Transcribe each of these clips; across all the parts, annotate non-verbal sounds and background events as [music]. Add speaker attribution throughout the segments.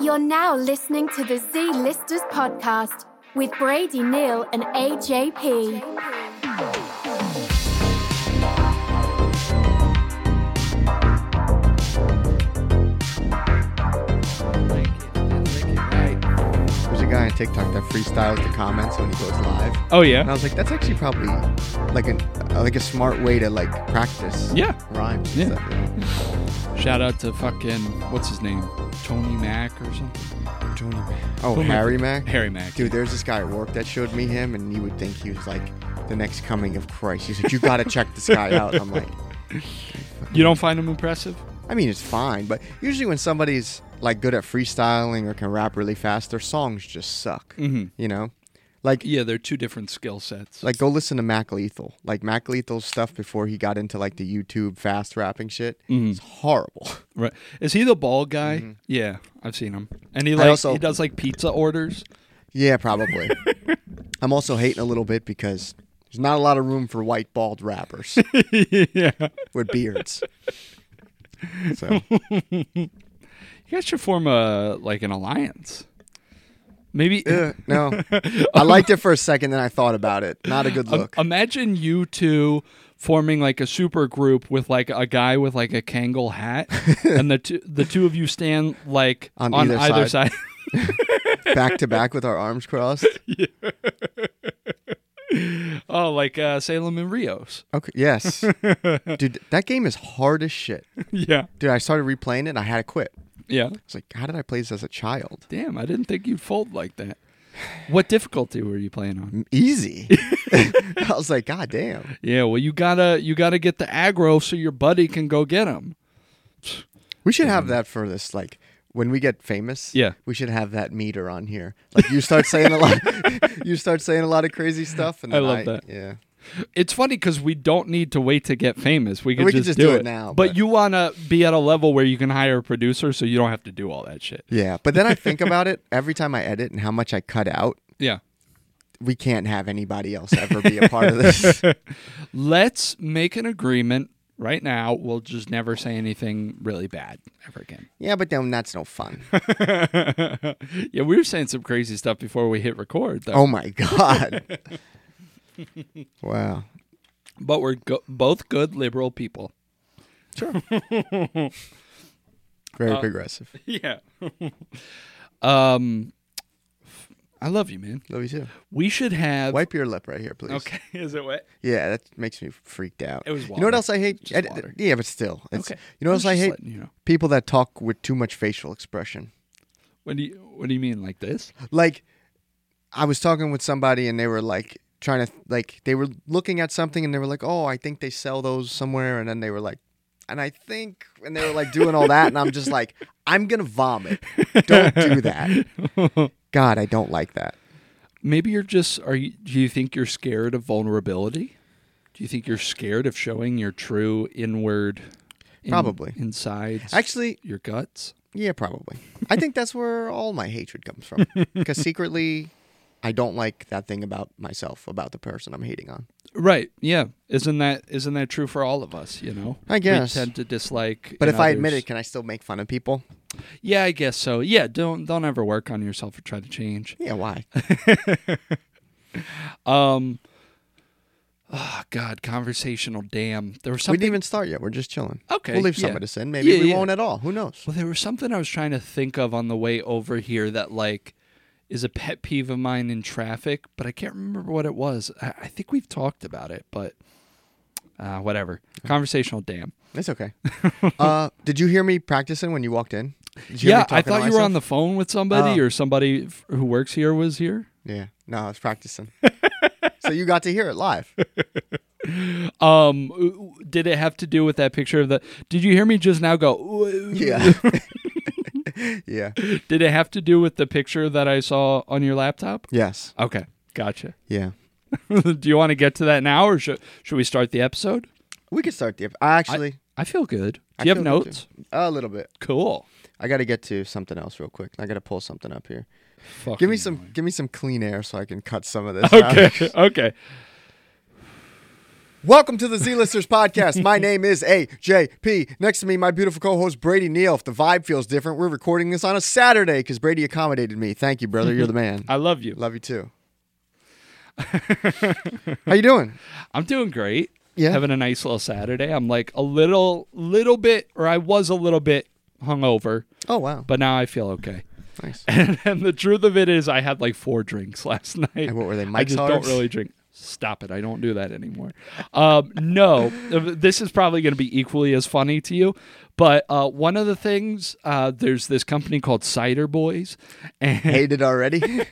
Speaker 1: You're now listening to the Z Listers podcast with Brady Neal and AJP.
Speaker 2: Lick it, lick it right.
Speaker 3: There's a guy on TikTok that freestyles the comments when he goes live,
Speaker 2: Oh
Speaker 3: and I
Speaker 2: yeah,
Speaker 3: was like, that's actually probably like an uh, like a smart way to like practice.
Speaker 2: Yeah.
Speaker 3: Rhymes.
Speaker 2: Yeah.
Speaker 3: And stuff, you know?
Speaker 2: shout out to fucking what's his name, Tony Mack or something.
Speaker 3: Tony Mac. Oh,
Speaker 2: Who am I
Speaker 3: Harry
Speaker 2: thinking?
Speaker 3: Mac.
Speaker 2: Harry Mack.
Speaker 3: Dude, there's this guy at work that showed me him, and you would think he was like the next coming of Christ. He's like,
Speaker 2: [laughs]
Speaker 3: you gotta check this guy out. I'm like,
Speaker 2: you don't find him impressive?
Speaker 3: I mean, it's fine, but usually when somebody's like good at freestyling or can rap really fast, their songs just suck.
Speaker 2: Mhm.
Speaker 3: You know, like
Speaker 2: Yeah, they're two different skill sets.
Speaker 3: like go listen to Mac Lethal. Like Mac Lethal's stuff before he got into like the YouTube fast rapping shit. It's horrible. [laughs]
Speaker 2: right? Is he the bald guy? Yeah, I've seen him, and he
Speaker 3: I
Speaker 2: like
Speaker 3: also-
Speaker 2: he does like pizza [laughs] orders.
Speaker 3: yeah, probably. I'm also hating a little bit because there's not a lot of room for white bald rappers
Speaker 2: yeah,
Speaker 3: with beards. So
Speaker 2: you guys should form a like an alliance. Maybe
Speaker 3: eh, no, I liked it for a second, then I thought about it. Not a good
Speaker 2: Im- [laughs]
Speaker 3: look.
Speaker 2: imagine you two forming like a super group with like a guy with like a Kangol [laughs] hat, and the two the two of you stand like
Speaker 3: On
Speaker 2: on
Speaker 3: either
Speaker 2: either
Speaker 3: side.
Speaker 2: side.
Speaker 3: back to back with our arms crossed.
Speaker 2: Oh, like uh, Salem and Rios.
Speaker 3: Okay. Yes, dude, that game is hard as shit.
Speaker 2: [laughs] Yeah.
Speaker 3: Dude, I started replaying it. and I had to quit. I
Speaker 2: Yeah.
Speaker 3: was like, how did I play this as a child?
Speaker 2: Damn, I didn't think you'd fold like that. What difficulty were you playing on? [laughs]
Speaker 3: Easy. I was like, God damn.
Speaker 2: Yeah, well, you gotta you gotta get the aggro so your buddy can go get him.
Speaker 3: We should have that for this. Like when we get famous,
Speaker 2: Um, Yeah.
Speaker 3: we should have that meter on here. Like you start saying a lot, [laughs] you start saying a lot of crazy stuff, and
Speaker 2: I
Speaker 3: then
Speaker 2: love that.
Speaker 3: Yeah,
Speaker 2: It's funny because we don't need to wait to get famous. We can,
Speaker 3: We can
Speaker 2: just,
Speaker 3: just do it now,
Speaker 2: But,
Speaker 3: but-
Speaker 2: you wanna be at a level where you can hire a producer, so you don't have to do all that shit.
Speaker 3: yeah. But then I think about it every time I edit and how much I cut out.
Speaker 2: Yeah.
Speaker 3: We can't have anybody else ever be a part of
Speaker 2: [laughs]
Speaker 3: this.
Speaker 2: Let's make an agreement right now. We'll just never say anything really bad ever again.
Speaker 3: yeah, but then that's no fun.
Speaker 2: yeah, we were saying some crazy stuff before we hit record, though.
Speaker 3: Oh my god.
Speaker 2: [laughs]
Speaker 3: Wow.
Speaker 2: But we're go- both good liberal people.
Speaker 3: Very
Speaker 2: Uh,
Speaker 3: progressive.
Speaker 2: Yeah. [laughs] um, I love you, man.
Speaker 3: Love you too.
Speaker 2: We should have.
Speaker 3: Wipe your lip right here,
Speaker 2: [laughs]
Speaker 3: please.
Speaker 2: Okay, is it wet?
Speaker 3: Yeah, that makes me freaked out.
Speaker 2: It was
Speaker 3: You know what
Speaker 2: water.
Speaker 3: else I hate?
Speaker 2: Just
Speaker 3: I-
Speaker 2: water.
Speaker 3: yeah, but still. It's,
Speaker 2: Okay.
Speaker 3: You know
Speaker 2: I
Speaker 3: what
Speaker 2: was
Speaker 3: else I
Speaker 2: just
Speaker 3: hate?
Speaker 2: letting You know.
Speaker 3: People that talk with too much facial expression.
Speaker 2: What do you What do you mean, like this?
Speaker 3: Like, I was talking with somebody and they were like trying to like they were looking at something and they were like, "Oh, I think they sell those somewhere," and then they were like. And I think, and they were like doing all that, and I'm just like, I'm gonna vomit. Don't do that.
Speaker 2: [laughs]
Speaker 3: God, I don't like that.
Speaker 2: Maybe you're just. Are you? Do you think you're scared of vulnerability? Do you think you're scared of showing your true inward? in-
Speaker 3: Probably.
Speaker 2: insides.
Speaker 3: Actually,
Speaker 2: your guts.
Speaker 3: Yeah, probably. I think that's where all my hatred comes from.
Speaker 2: [laughs]
Speaker 3: Because secretly, I don't like that thing about myself, about the person I'm hating on.
Speaker 2: Right. Yeah. Isn't that Isn't that true for all of us? You know.
Speaker 3: I guess.
Speaker 2: we tend to dislike.
Speaker 3: But
Speaker 2: in
Speaker 3: if I admit
Speaker 2: others-
Speaker 3: it, can I still make fun of people?
Speaker 2: yeah, I guess so. Yeah. Don't Don't ever work on yourself or try to change.
Speaker 3: Yeah, why?
Speaker 2: Um. Oh God, conversational. Damn, there was
Speaker 3: we
Speaker 2: something.
Speaker 3: didn't even start yet. We're just chilling.
Speaker 2: Okay,
Speaker 3: We'll leave
Speaker 2: yeah.
Speaker 3: some of this in. Maybe
Speaker 2: Yeah,
Speaker 3: we
Speaker 2: yeah.
Speaker 3: won't at all. Who knows?
Speaker 2: well, there was something I was trying to think of on the way over here that like is a pet peeve of mine in traffic, but I can't remember what it was. I, I think we've talked about it, but uh, whatever. Conversational. Damn. [laughs]
Speaker 3: It's okay. uh, did you hear me practicing when you walked in? Did you hear me
Speaker 2: Yeah, I
Speaker 3: talking to
Speaker 2: thought you were on
Speaker 3: myself?
Speaker 2: the phone with somebody,
Speaker 3: Oh.
Speaker 2: or somebody f- who works here was here.
Speaker 3: Yeah. No, I
Speaker 2: [laughs]
Speaker 3: was practicing. so you got to hear it live.
Speaker 2: Um, ooh, did it have to do with that picture of the? Did you hear me just now go? "Ooh, ooh,
Speaker 3: Yeah. [laughs] yeah.
Speaker 2: Did it have to do with the picture that I saw on your laptop?
Speaker 3: Yes.
Speaker 2: Okay, gotcha. [laughs]
Speaker 3: Yeah.
Speaker 2: Do you want to get to that now, or should should we start the episode?
Speaker 3: We could start the. ep- Actually,
Speaker 2: I feel good. Do
Speaker 3: I
Speaker 2: you have
Speaker 3: feel good,
Speaker 2: notes?
Speaker 3: too. a little bit.
Speaker 2: Cool.
Speaker 3: I got to get to something else real quick. I got to pull something up here.
Speaker 2: Fucking
Speaker 3: Give
Speaker 2: [laughs]
Speaker 3: me some, give me some clean air so I can cut some of this. out.
Speaker 2: Okay. okay.
Speaker 3: [laughs] Welcome to the Z Listers podcast. My name is AJP. Next to me, my beautiful co host, Brady Neal. If the vibe feels different, we're recording this on a Saturday because Brady accommodated me. Thank you, brother. You're the man.
Speaker 2: [laughs] I love you.
Speaker 3: Love
Speaker 2: [laughs]
Speaker 3: you too. How you doing?
Speaker 2: I'm doing great.
Speaker 3: Yeah.
Speaker 2: Having a nice little Saturday. I'm like a little, little bit, or I was a little bit hungover,
Speaker 3: Oh wow,
Speaker 2: but now I feel okay. [laughs]
Speaker 3: nice.
Speaker 2: And, and the truth of it is, I had like four drinks [laughs] last night.
Speaker 3: And what were they,
Speaker 2: I
Speaker 3: Mike's
Speaker 2: just
Speaker 3: Hards?
Speaker 2: don't really drink. Stop it. I don't do that anymore. Um, no, this is probably going to be equally as funny to you. But uh, one of the things, uh, there's this company called Cider Boys, [laughs] and [laughs]
Speaker 3: Hated already.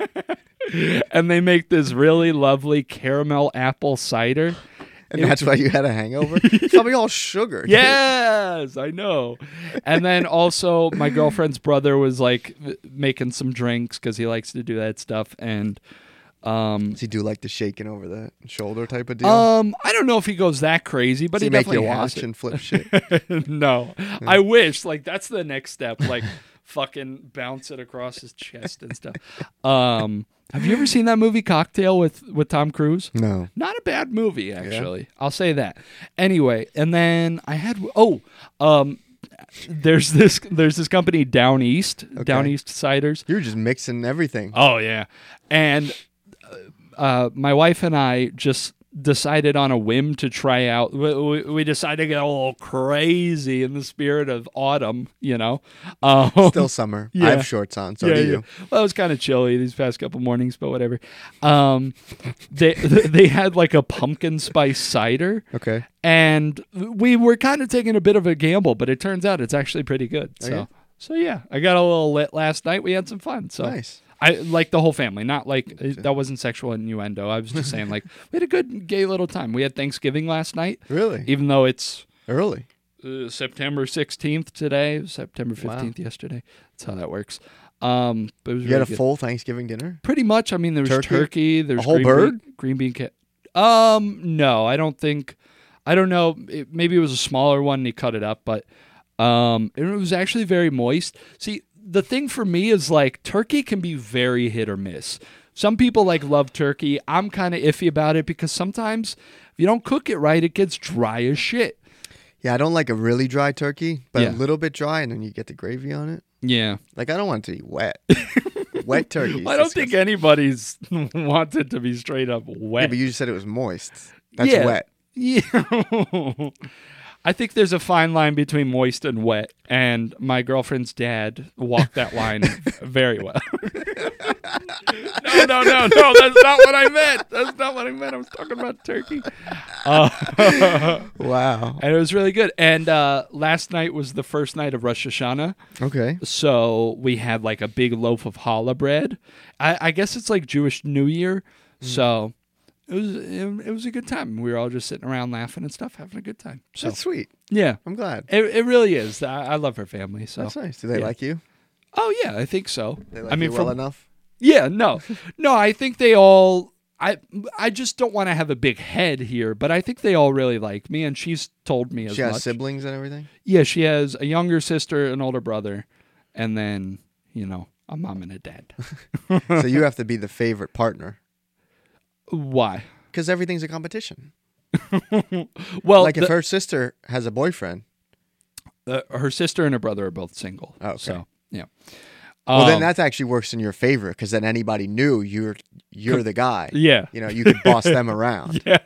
Speaker 2: and they make this really lovely caramel apple
Speaker 3: [laughs]
Speaker 2: cider.
Speaker 3: And that's why you had a hangover?
Speaker 2: [laughs]
Speaker 3: It's probably all sugar. dude.
Speaker 2: Yes, I know. And then also, my girlfriend's brother was like m- making some drinks because he likes to do that stuff. And um,
Speaker 3: Does he do like the shaking over the shoulder type of deal?
Speaker 2: um, I don't know if he goes that crazy, but
Speaker 3: Does he
Speaker 2: he
Speaker 3: make you
Speaker 2: definitely
Speaker 3: watch
Speaker 2: has it. [laughs]
Speaker 3: and flip shit?
Speaker 2: no, I wish. Like that's the next step. Like [laughs] fucking bounce it across his chest and stuff. Um, have you ever seen that movie Cocktail with with Tom Cruise?
Speaker 3: No.
Speaker 2: Not a bad movie, actually. I'll say that. Anyway, and then I had oh, um, there's this there's this company down east, down
Speaker 3: Okay.
Speaker 2: east ciders.
Speaker 3: You're just mixing everything.
Speaker 2: Oh yeah, and uh, my wife and I just decided on a whim to try out. We, we, we decided to get a little crazy in the spirit of autumn, you know. Um, [laughs]
Speaker 3: Still summer. I
Speaker 2: Yeah.
Speaker 3: have shorts on, so do you.
Speaker 2: Well, it was kind of chilly these past couple mornings, but whatever. Um, they [laughs] they had like a pumpkin spice cider.
Speaker 3: Okay.
Speaker 2: And we were kind of taking a bit of a gamble, but it turns out it's actually pretty good. So,
Speaker 3: yeah?
Speaker 2: so yeah, I got a little lit last night. We had some fun. So
Speaker 3: Nice.
Speaker 2: I like the whole family. Not like that wasn't sexual innuendo. I was just saying like [laughs] we had a good gay little time. We had Thanksgiving last night,
Speaker 3: Really?
Speaker 2: even though it's
Speaker 3: Early.
Speaker 2: uh, September 16th today, September 15th yesterday. That's how that works. Um, but it was
Speaker 3: You
Speaker 2: really
Speaker 3: had a
Speaker 2: good.
Speaker 3: full Thanksgiving dinner?
Speaker 2: Pretty much. I mean, there was
Speaker 3: Turkey?
Speaker 2: turkey. there's
Speaker 3: whole
Speaker 2: green
Speaker 3: bird?
Speaker 2: bean, green bean cat. Um, no, I don't think. I don't know. It, maybe it was a smaller one and he cut it up, but um, it was actually very moist. See, the thing for me is like turkey can be very hit or miss. Some people like love turkey. I'm kind of iffy about it because sometimes if you don't cook it right, it gets dry as shit.
Speaker 3: Yeah, I don't like a really dry turkey, but
Speaker 2: Yeah.
Speaker 3: a little bit dry, and then you get the gravy on it.
Speaker 2: Yeah.
Speaker 3: Like, I don't want it to be
Speaker 2: [laughs]
Speaker 3: wet. wet turkey. is
Speaker 2: I don't think
Speaker 3: disgusting.
Speaker 2: anybody's [laughs] wanted to be straight up wet.
Speaker 3: Yeah, but you just said it was moist. That's
Speaker 2: Yeah.
Speaker 3: wet.
Speaker 2: Yeah. [laughs] I think there's a fine line between moist and wet, and my girlfriend's dad walked that [laughs] line very well. no, no, no, no. That's not what I meant. That's not what I meant. I was talking about turkey. Uh, [laughs]
Speaker 3: Wow.
Speaker 2: and it was really good. And uh, last night was the first night of Rosh Hashanah.
Speaker 3: Okay.
Speaker 2: So we had like a big loaf of challah bread. I, I guess it's like Jewish New Year.
Speaker 3: Mm.
Speaker 2: So it was it, it was a good time. We were all just sitting around laughing and stuff, having a good time. So
Speaker 3: That's sweet.
Speaker 2: yeah,
Speaker 3: I'm glad.
Speaker 2: it, it really is. I, I love her family. So
Speaker 3: That's nice. Do they
Speaker 2: Yeah.
Speaker 3: like you?
Speaker 2: oh yeah, I think so.
Speaker 3: They like
Speaker 2: I mean,
Speaker 3: you well
Speaker 2: from-
Speaker 3: enough?
Speaker 2: [laughs] yeah, no, no. I think they all. I I just don't want to have a big head here, but I think they all really like me, and she's told me as
Speaker 3: She has
Speaker 2: much.
Speaker 3: siblings and
Speaker 2: [laughs]
Speaker 3: everything?
Speaker 2: Yeah, she has a younger sister, an older brother, and then, you know, a mom and a dad.
Speaker 3: so you have to be the favorite partner
Speaker 2: Why?
Speaker 3: because everything's a competition.
Speaker 2: Well,
Speaker 3: like if
Speaker 2: Oh, the-
Speaker 3: her sister has a boyfriend,
Speaker 2: uh, her sister and her brother are both single.
Speaker 3: Oh, okay.
Speaker 2: So, yeah.
Speaker 3: well, then
Speaker 2: Um,
Speaker 3: that actually works in your favor because then anybody knew you're you're the guy.
Speaker 2: Yeah. [laughs]
Speaker 3: You know, you could boss them around. Yeah.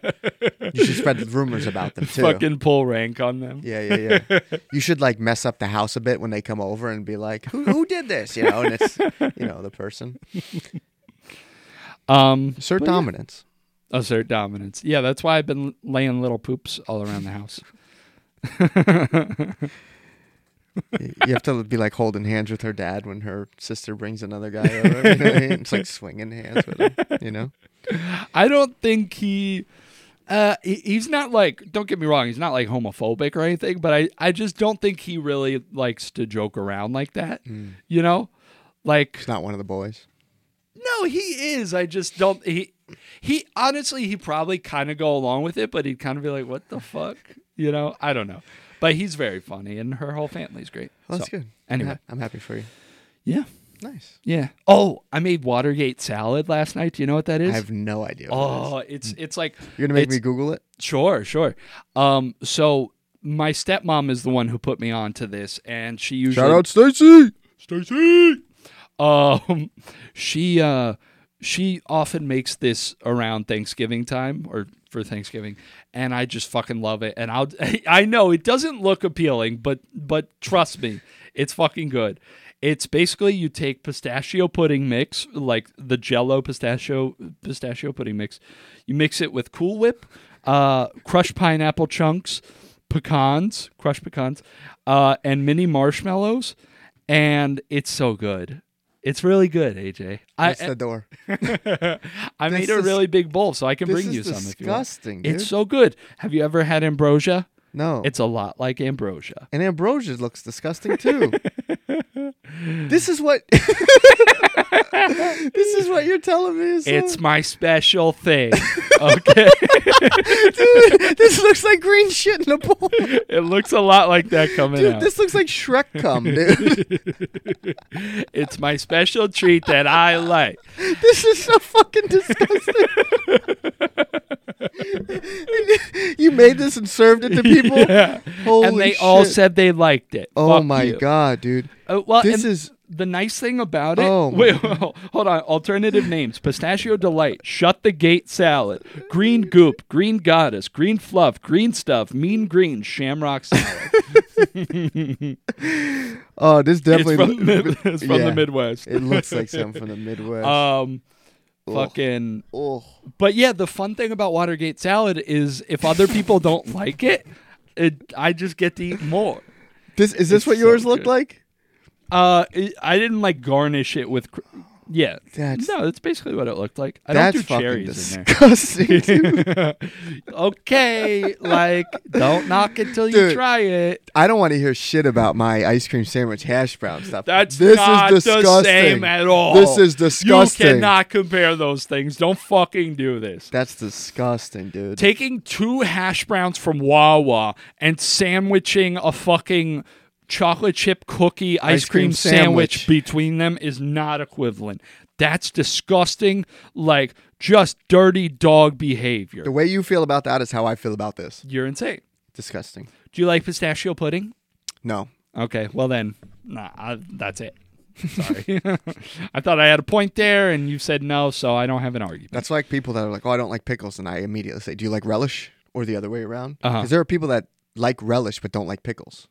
Speaker 3: you should spread rumors about them too.
Speaker 2: Fucking pull rank on them.
Speaker 3: yeah, yeah,
Speaker 2: [laughs]
Speaker 3: yeah. You should like mess up the house a bit when they come over and be like, "Who who did this?" You know, and it's you know the person
Speaker 2: Um,
Speaker 3: assert dominance.
Speaker 2: assert dominance. Yeah, that's why I've been laying little poops all around the house.
Speaker 3: You you have to be like holding hands with her dad when her sister brings another guy over. You know what I
Speaker 2: [laughs]
Speaker 3: mean? It's like swinging hands with him. You know,
Speaker 2: I don't think he. Uh, he- he's not like. Don't get me wrong. He's not like homophobic or anything. But I, I just don't think he really likes to joke around like that.
Speaker 3: Mm.
Speaker 2: You know, like
Speaker 3: it's not one of the boys.
Speaker 2: no, he is. I just don't. He, he honestly, he probably kind of go along with it, but he'd kind of be like, "What the fuck?" You know, I don't know. But he's very funny, and her whole family's great.
Speaker 3: Well, that's
Speaker 2: So,
Speaker 3: good. I'm
Speaker 2: Anyway,
Speaker 3: ha- I'm happy for you.
Speaker 2: yeah.
Speaker 3: Nice.
Speaker 2: Yeah. Oh, I made Watergate salad last night. Do you know what that
Speaker 3: I
Speaker 2: is?
Speaker 3: have no idea. What
Speaker 2: oh, it's it's like
Speaker 3: it is. you're gonna make
Speaker 2: it's-
Speaker 3: me Google it.
Speaker 2: Sure, sure. Um, so my stepmom is the one who put me on to this, and she usually
Speaker 3: Shout out Stacy.
Speaker 2: Stacy. Um, [laughs] she uh, she often makes this around Thanksgiving time or for Thanksgiving, and I just fucking love it. And I'll [laughs] I know it doesn't look appealing, but but trust me, it's fucking good. It's basically you take pistachio pudding mix, like the Jello pistachio pistachio pudding mix. You mix it with Cool Whip, uh, crushed pineapple chunks, pecans, crushed pecans, uh, and mini marshmallows and it's so good. It's really good, AJ. I
Speaker 3: That's the door.
Speaker 2: [laughs] I made
Speaker 3: this
Speaker 2: a
Speaker 3: is-
Speaker 2: really big bowl, so I can
Speaker 3: this
Speaker 2: bring
Speaker 3: is
Speaker 2: you some. If you want.
Speaker 3: disgusting,
Speaker 2: It's
Speaker 3: dude.
Speaker 2: so good. Have you ever had ambrosia?
Speaker 3: No.
Speaker 2: It's a lot like ambrosia.
Speaker 3: and ambrosia looks disgusting
Speaker 2: [laughs]
Speaker 3: too. this is what. [laughs] this is what you're telling me. is, uh,
Speaker 2: It's my special thing. Okay,
Speaker 3: dude, [laughs] this looks like green shit in
Speaker 2: [laughs]
Speaker 3: a bowl.
Speaker 2: it looks a lot like that coming
Speaker 3: Dude,
Speaker 2: out.
Speaker 3: this looks like Shrek
Speaker 2: [laughs]
Speaker 3: cum, dude.
Speaker 2: It's my special treat that I
Speaker 3: [laughs]
Speaker 2: like.
Speaker 3: this is so fucking
Speaker 2: [laughs]
Speaker 3: disgusting. you made this and served it to people.
Speaker 2: Yeah.
Speaker 3: Holy
Speaker 2: and they all
Speaker 3: shit.
Speaker 2: said they liked it.
Speaker 3: "Oh
Speaker 2: Fuck
Speaker 3: my
Speaker 2: you.
Speaker 3: god, dude,
Speaker 2: Uh, well,
Speaker 3: this
Speaker 2: and
Speaker 3: is
Speaker 2: the nice thing about it.
Speaker 3: Oh,
Speaker 2: wait, [laughs] hold on. Alternative names: pistachio delight, shut the gate salad, green goop, green goddess, green fluff, green stuff, mean green, shamrock salad.
Speaker 3: oh, this
Speaker 2: it's
Speaker 3: [laughs] definitely
Speaker 2: from, the, [laughs] it's from
Speaker 3: yeah.
Speaker 2: the Midwest.
Speaker 3: it looks like something from
Speaker 2: [laughs]
Speaker 3: the Midwest."
Speaker 2: Um,
Speaker 3: Ugh.
Speaker 2: fucking.
Speaker 3: oh,
Speaker 2: But yeah, the fun thing about Watergate salad is if other people don't like it, it I just get to eat more.
Speaker 3: this is this
Speaker 2: it's
Speaker 3: what yours
Speaker 2: so
Speaker 3: looked
Speaker 2: good.
Speaker 3: like?
Speaker 2: Uh, it, I didn't like garnish it with. Cr- yeah,
Speaker 3: That's-
Speaker 2: no, that's basically what it looked like. I don't
Speaker 3: That's
Speaker 2: do
Speaker 3: fucking
Speaker 2: cherries in there. [laughs]
Speaker 3: disgusting, dude.
Speaker 2: okay, like don't knock it till
Speaker 3: Dude.
Speaker 2: you try it.
Speaker 3: I don't want to hear shit about my ice cream sandwich hash brown stuff.
Speaker 2: That's
Speaker 3: this
Speaker 2: not
Speaker 3: is disgusting.
Speaker 2: the same at all.
Speaker 3: This is disgusting.
Speaker 2: You cannot compare those things. Don't fucking do this.
Speaker 3: That's disgusting, dude.
Speaker 2: Taking two hash browns from Wawa and sandwiching a fucking chocolate chip cookie ice, cream,
Speaker 3: cream
Speaker 2: sandwich.
Speaker 3: sandwich.
Speaker 2: between them is not equivalent. That's disgusting. Like just dirty dog behavior.
Speaker 3: the way you feel about that is how I feel about this.
Speaker 2: You're insane.
Speaker 3: Disgusting.
Speaker 2: Do you like pistachio pudding?
Speaker 3: No.
Speaker 2: Okay, well then, nah, I, that's it. Sorry, [laughs] I thought I had a point there, and you said no, so I don't have an argument.
Speaker 3: That's like people that are like, oh, I don't like pickles. And I immediately say, do you like relish? Or the other way around? Because
Speaker 2: Uh-huh.
Speaker 3: there are people that like relish but don't like pickles,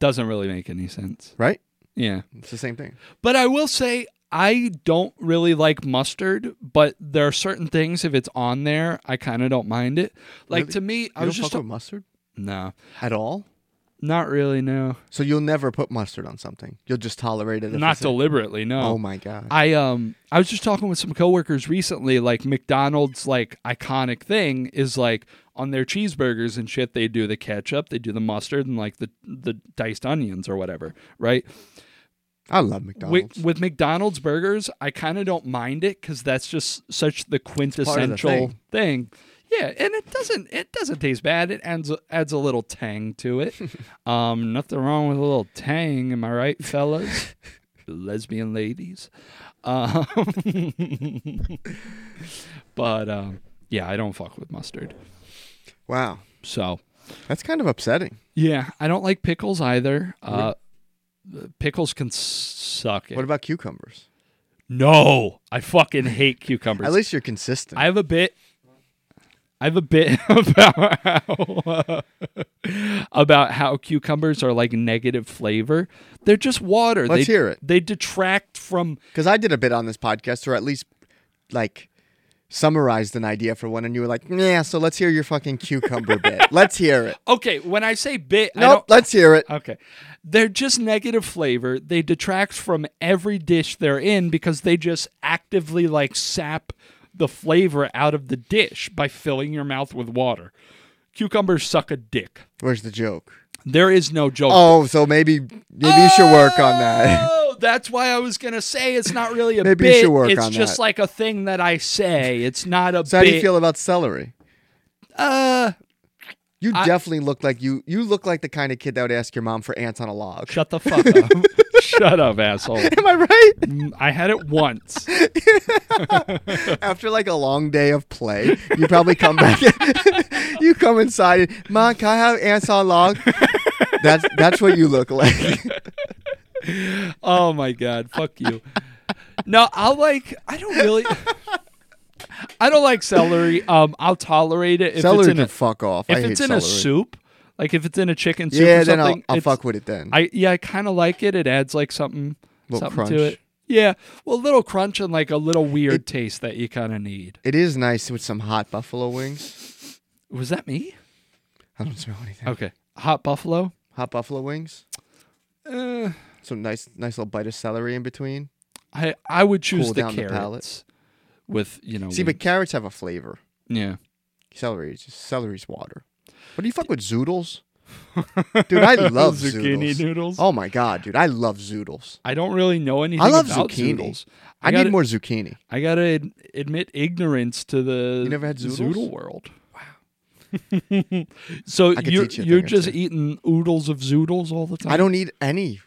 Speaker 2: Doesn't really make any sense.
Speaker 3: right?
Speaker 2: Yeah,
Speaker 3: It's the same thing.
Speaker 2: but I will say I don't really like mustard, but there are certain things if it's on there, I kind of don't mind it. Like
Speaker 3: Really?
Speaker 2: to me, I
Speaker 3: you
Speaker 2: was
Speaker 3: don't
Speaker 2: just
Speaker 3: fuck with mustard
Speaker 2: no,
Speaker 3: at all.
Speaker 2: not really, no,
Speaker 3: So you'll never put mustard on something. You'll just tolerate it. if
Speaker 2: not
Speaker 3: it's in-
Speaker 2: deliberately, no.
Speaker 3: Oh my god.
Speaker 2: I um I was just talking with some coworkers recently. Like McDonald's like iconic thing is like on their cheeseburgers and shit. They do the ketchup, they do the mustard, and like the the diced onions or whatever, right?
Speaker 3: I love
Speaker 2: With,
Speaker 3: McDonald's.
Speaker 2: with McDonald's burgers, I kind of don't mind it because that's just such the quintessential
Speaker 3: thing.
Speaker 2: thing. Yeah, and it doesn't it doesn't taste bad. It adds adds a little tang to
Speaker 3: [laughs]
Speaker 2: it. um, nothing wrong with a little tang, am I right,
Speaker 3: [laughs]
Speaker 2: fellas? Lesbian ladies. Um, [laughs] but um, yeah, I don't fuck with mustard.
Speaker 3: wow,
Speaker 2: So
Speaker 3: that's kind of upsetting.
Speaker 2: yeah, I don't like pickles either. Uh, pickles can s- suck. It.
Speaker 3: What about cucumbers?
Speaker 2: No, I fucking hate cucumbers.
Speaker 3: At least you're consistent.
Speaker 2: I have a bit. I have a bit [laughs] about how, about how cucumbers are like negative flavor. They're just water.
Speaker 3: Let's
Speaker 2: they,
Speaker 3: hear it.
Speaker 2: They detract from.
Speaker 3: Because I did a bit on this podcast, or at least like summarized an idea for one, and you were like, "Yeah, so let's hear your
Speaker 2: [laughs]
Speaker 3: fucking cucumber bit. Let's hear it.
Speaker 2: Okay, when I say bit, I
Speaker 3: Nope,
Speaker 2: don't-
Speaker 3: let's hear it.
Speaker 2: Okay. They're just negative flavor. They detract from every dish they're in because they just actively like sap the flavor out of the dish by filling your mouth with water. Cucumbers suck a dick.
Speaker 3: Where's the joke?
Speaker 2: There is no joke.
Speaker 3: Oh, so maybe maybe you should work on that.
Speaker 2: Oh, that's why I was gonna say it's not really a
Speaker 3: Maybe you
Speaker 2: bit.
Speaker 3: should work
Speaker 2: it's
Speaker 3: on
Speaker 2: just
Speaker 3: that.
Speaker 2: like a thing that I say. It's not a
Speaker 3: [laughs] So how
Speaker 2: bit.
Speaker 3: do you feel about celery?
Speaker 2: Uh,
Speaker 3: You definitely look like you you look like the kind of kid that would ask your mom for ants on a log.
Speaker 2: shut the fuck up. Shut up, asshole.
Speaker 3: [laughs] Am I right?
Speaker 2: Mm, I had it once.
Speaker 3: After like a long day of play, you probably come back. [laughs] you come inside. and, Ma, can I have answer log? That's that's what you
Speaker 2: [laughs]
Speaker 3: look like.
Speaker 2: Oh my god, fuck you. No, I'll like I don't really [laughs] I don't like celery. Um I'll tolerate it if it's
Speaker 3: celery
Speaker 2: in
Speaker 3: can
Speaker 2: a
Speaker 3: fuck off. I
Speaker 2: if
Speaker 3: hate
Speaker 2: it's in
Speaker 3: celery.
Speaker 2: a soup. Like if it's in a chicken soup
Speaker 3: yeah,
Speaker 2: or
Speaker 3: then
Speaker 2: something.
Speaker 3: I'll, I'll
Speaker 2: it's-
Speaker 3: fuck with it then.
Speaker 2: I yeah, I kind of like it. It adds like something
Speaker 3: Little
Speaker 2: something
Speaker 3: crunch.
Speaker 2: to it. Yeah, well, a little crunch and like a little weird
Speaker 3: It-
Speaker 2: taste that you kind of need.
Speaker 3: it is nice with some hot buffalo wings.
Speaker 2: Was that me?
Speaker 3: I don't smell anything.
Speaker 2: Okay, hot buffalo.
Speaker 3: Hot buffalo wings. Eh.
Speaker 2: Uh,
Speaker 3: Some nice nice little bite of celery in between.
Speaker 2: I I would choose
Speaker 3: Cool
Speaker 2: the
Speaker 3: down the palate.
Speaker 2: carrots with you know.
Speaker 3: See, but
Speaker 2: wings.
Speaker 3: carrots have a flavor.
Speaker 2: yeah,
Speaker 3: Celery is just celery's water. But do you fuck with zoodles? Dude,
Speaker 2: [laughs]
Speaker 3: I love
Speaker 2: zucchini
Speaker 3: zoodles.
Speaker 2: noodles.
Speaker 3: Oh my god, dude, I love zoodles.
Speaker 2: I don't really know anything.
Speaker 3: love
Speaker 2: about
Speaker 3: zucchini.
Speaker 2: zoodles.
Speaker 3: I,
Speaker 2: gotta,
Speaker 3: need more zucchini.
Speaker 2: I gotta ad- admit ignorance to the
Speaker 3: You never had zoodles?
Speaker 2: zoodle world. Wow. [laughs] so
Speaker 3: I could
Speaker 2: you're
Speaker 3: teach you a
Speaker 2: you're
Speaker 3: thing or
Speaker 2: just
Speaker 3: two.
Speaker 2: eating oodles of zoodles all the time.
Speaker 3: I don't need
Speaker 2: [laughs]
Speaker 3: any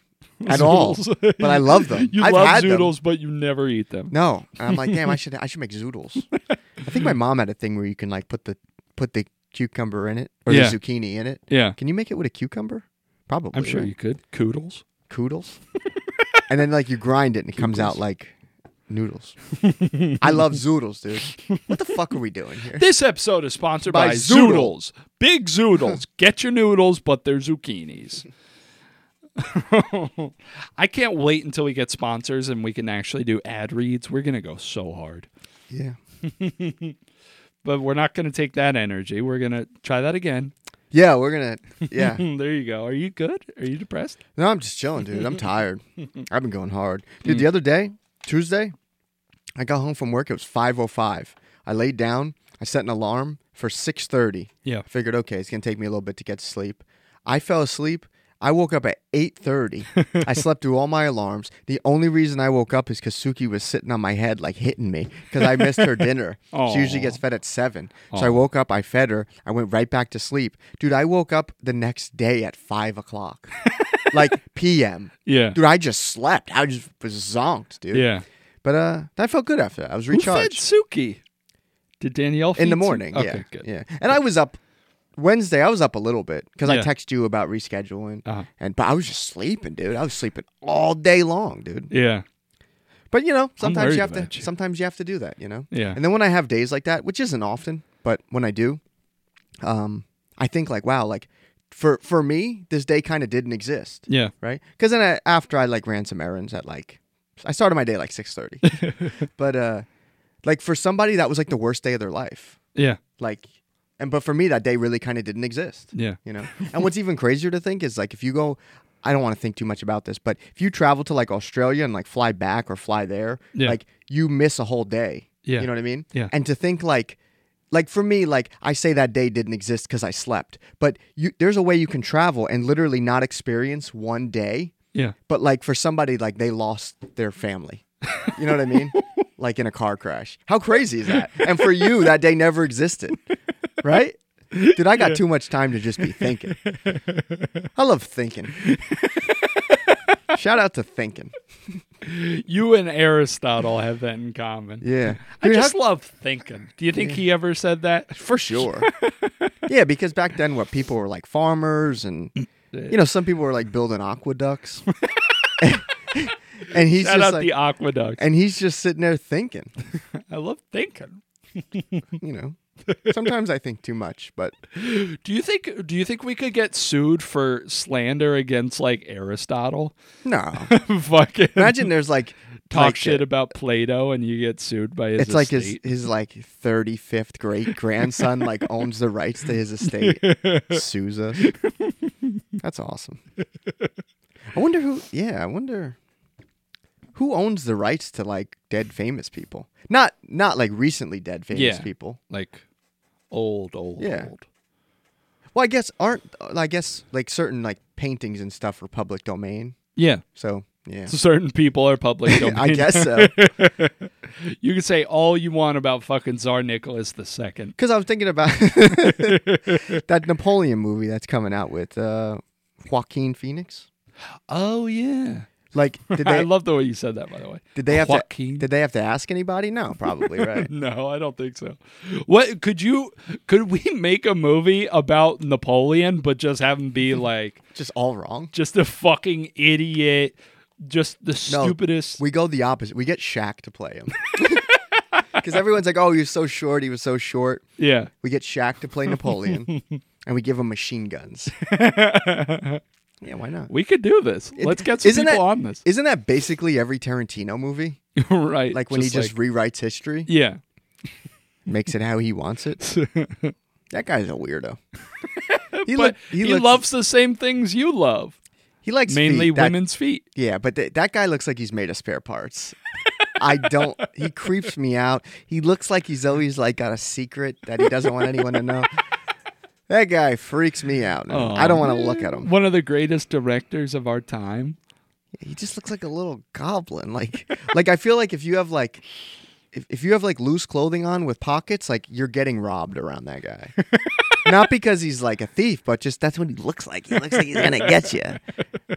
Speaker 3: at all,
Speaker 2: Zoodles.
Speaker 3: but I love them.
Speaker 2: [laughs] You
Speaker 3: I've
Speaker 2: love
Speaker 3: had them.
Speaker 2: zoodles, but you never eat them.
Speaker 3: No, and I'm like, damn, I should I should
Speaker 2: [laughs]
Speaker 3: make zoodles. I think my mom had a thing where you can like put the put the cucumber in it or
Speaker 2: Yeah.
Speaker 3: the zucchini in it.
Speaker 2: Yeah,
Speaker 3: Can you make it with a cucumber? Probably.
Speaker 2: I'm sure
Speaker 3: right?
Speaker 2: you could. Coodles. [laughs]
Speaker 3: Coodles. and then like you grind it and it comes out like
Speaker 2: [laughs]
Speaker 3: noodles. I love zoodles, dude. What the fuck are we doing
Speaker 2: [laughs]
Speaker 3: here?
Speaker 2: This episode is sponsored by,
Speaker 3: By Zoodle.
Speaker 2: Zoodles. Big Zoodles. Get your noodles, but they're zucchinis. [laughs] I can't wait until we get sponsors and we can actually do ad reads. We're going to go so hard.
Speaker 3: Yeah.
Speaker 2: But we're not going to take that energy. We're going to try that again.
Speaker 3: Yeah, we're gonna yeah.
Speaker 2: Hmm, there you go. Are you good? Are you depressed?
Speaker 3: No, I'm just chilling, dude. I'm tired. I've been going hard, dude. The other day, Tuesday, I got home from work. It was 5:05. I laid down. I set an alarm for 6:30.
Speaker 2: Yeah.
Speaker 3: I figured, okay, it's gonna take me a little bit to get to sleep. I fell asleep. I woke up at 8:30.
Speaker 2: [laughs]
Speaker 3: I slept through all my alarms. The only reason I woke up is because Suki was sitting on my head, like hitting me, because I missed her dinner. She
Speaker 2: [laughs]
Speaker 3: usually
Speaker 2: Aw.
Speaker 3: gets fed at seven. So I woke up. I fed her. I went right back to sleep, dude. I woke up the next day at
Speaker 2: [laughs]
Speaker 3: five o'clock, like p.m.
Speaker 2: Yeah.
Speaker 3: Dude, I just slept. I just was zonked, dude.
Speaker 2: yeah.
Speaker 3: But uh, I felt good after that. I was
Speaker 2: Who fed
Speaker 3: recharged
Speaker 2: Suki? Did Danielle feed
Speaker 3: in the
Speaker 2: Su-
Speaker 3: morning.
Speaker 2: Okay,
Speaker 3: yeah,
Speaker 2: good.
Speaker 3: yeah. And I was up Wednesday. I was up a little bit because
Speaker 2: Yeah.
Speaker 3: I texted you about rescheduling,
Speaker 2: Uh-huh.
Speaker 3: and but I was just sleeping, dude. I was sleeping all day long, dude.
Speaker 2: Yeah.
Speaker 3: But you know, sometimes
Speaker 2: worried
Speaker 3: you have to.
Speaker 2: about you.
Speaker 3: Sometimes you have to do that, you know.
Speaker 2: Yeah.
Speaker 3: And then when I have days like that, which isn't often, but when I do, um, I think like, wow, like for for me, this day kind of didn't exist.
Speaker 2: Yeah.
Speaker 3: right? Because then I, after I like ran some errands at like I started my day like
Speaker 2: [laughs]
Speaker 3: six thirty, but uh, like for somebody that was like the worst day of their life,
Speaker 2: Yeah.
Speaker 3: like, and but for me that day really kind of didn't exist,
Speaker 2: Yeah. [laughs]
Speaker 3: you know. and what's even crazier to think is like if you go, I don't want to think too much about this, but if you travel to like Australia and like fly back or fly there,
Speaker 2: Yeah.
Speaker 3: like you miss a whole day,
Speaker 2: Yeah.
Speaker 3: you know what I mean?
Speaker 2: Yeah.
Speaker 3: and to think like. Like for me, like I say that day didn't exist because I slept. But you, there's a way you can travel and literally not experience one day
Speaker 2: Yeah.
Speaker 3: but like for somebody like they lost their family you know what i mean
Speaker 2: [laughs]
Speaker 3: like in a car crash how crazy is that and for you that day never existed right dude i got too much time to just be thinking i love thinking shout out to thinking
Speaker 2: You and Aristotle have that in common.
Speaker 3: yeah
Speaker 2: I
Speaker 3: Dude, how-
Speaker 2: just love thinking. Do you think he ever said that?
Speaker 3: for sure yeah because back then what people were like farmers and you know some people were like
Speaker 2: [laughs]
Speaker 3: building aqueducts [laughs] and
Speaker 2: [laughs]
Speaker 3: he's
Speaker 2: Shout
Speaker 3: just
Speaker 2: out
Speaker 3: like
Speaker 2: the aqueduct.
Speaker 3: and he's just sitting there thinking
Speaker 2: I love thinking.
Speaker 3: you know. Sometimes I think too much, but
Speaker 2: Do you think do you think we could get sued for slander against like Aristotle? [laughs]
Speaker 3: no.
Speaker 2: Fucking
Speaker 3: Imagine there's like
Speaker 2: talk
Speaker 3: like,
Speaker 2: shit about Plato and you get sued by his
Speaker 3: It's like his
Speaker 2: estate.
Speaker 3: his like thirty fifth great grandson like owns the rights to his
Speaker 2: [laughs]
Speaker 3: estate. Sues us. That's awesome. I wonder who. Yeah, I wonder who owns the rights to like dead famous people. Not not like recently dead famous
Speaker 2: Yeah.
Speaker 3: people.
Speaker 2: like old, old,
Speaker 3: Yeah.
Speaker 2: old.
Speaker 3: Well, I guess aren't uh, I guess like certain like paintings and stuff are public domain.
Speaker 2: Yeah.
Speaker 3: So yeah,
Speaker 2: Certain people are public domain.
Speaker 3: [laughs] I guess so.
Speaker 2: You can say all you want about fucking Tsar Nicholas II.
Speaker 3: Because I was thinking about [laughs] that Napoleon movie that's coming out with uh, Joaquin Phoenix.
Speaker 2: Oh yeah. [laughs]
Speaker 3: Like, did
Speaker 2: I
Speaker 3: they
Speaker 2: love the way you said that, by the way.
Speaker 3: did they have
Speaker 2: Joaquin?
Speaker 3: to did they have to ask anybody? No, probably
Speaker 2: [laughs]
Speaker 3: right.
Speaker 2: No, I don't think so. What could you could we make a movie about Napoleon but just have him
Speaker 3: [laughs]
Speaker 2: be like
Speaker 3: Just all wrong.
Speaker 2: just a fucking idiot, just the stupidest
Speaker 3: We go the opposite. We get Shaq to play him. [laughs] Because everyone's like, "Oh, he was so short. He was so short."
Speaker 2: Yeah.
Speaker 3: We get Shaq to
Speaker 2: [laughs]
Speaker 3: play Napoleon, and we give him machine guns. yeah, why not?
Speaker 2: We could do this. Let's get some
Speaker 3: Isn't
Speaker 2: people
Speaker 3: that-
Speaker 2: on this. [laughs]
Speaker 3: Isn't that basically every Tarantino movie?
Speaker 2: right.
Speaker 3: Like when he just rewrites history,
Speaker 2: Yeah.
Speaker 3: makes it how he
Speaker 2: [laughs]
Speaker 3: wants it. That guy's a weirdo.
Speaker 2: but
Speaker 3: He, look-
Speaker 2: he,
Speaker 3: looks-
Speaker 2: loves the same things you love.
Speaker 3: He likes
Speaker 2: Mainly
Speaker 3: feet. That-
Speaker 2: women's feet.
Speaker 3: yeah, but th- that guy looks like he's made of spare parts. I don't. He creeps me out. He looks like he's always like got a secret that he doesn't want anyone
Speaker 2: [laughs]
Speaker 3: to know. That guy freaks me out. man. I don't want to look at him.
Speaker 2: One of the greatest directors of our time.
Speaker 3: He just looks like a little goblin. Like, [laughs] like I feel like if you have like, if, if you have like loose clothing on with pockets, like you're getting robbed around
Speaker 2: [laughs]
Speaker 3: that guy. Not because he's like a thief, but just that's what he looks like. He looks like he's gonna
Speaker 2: [laughs]
Speaker 3: get you.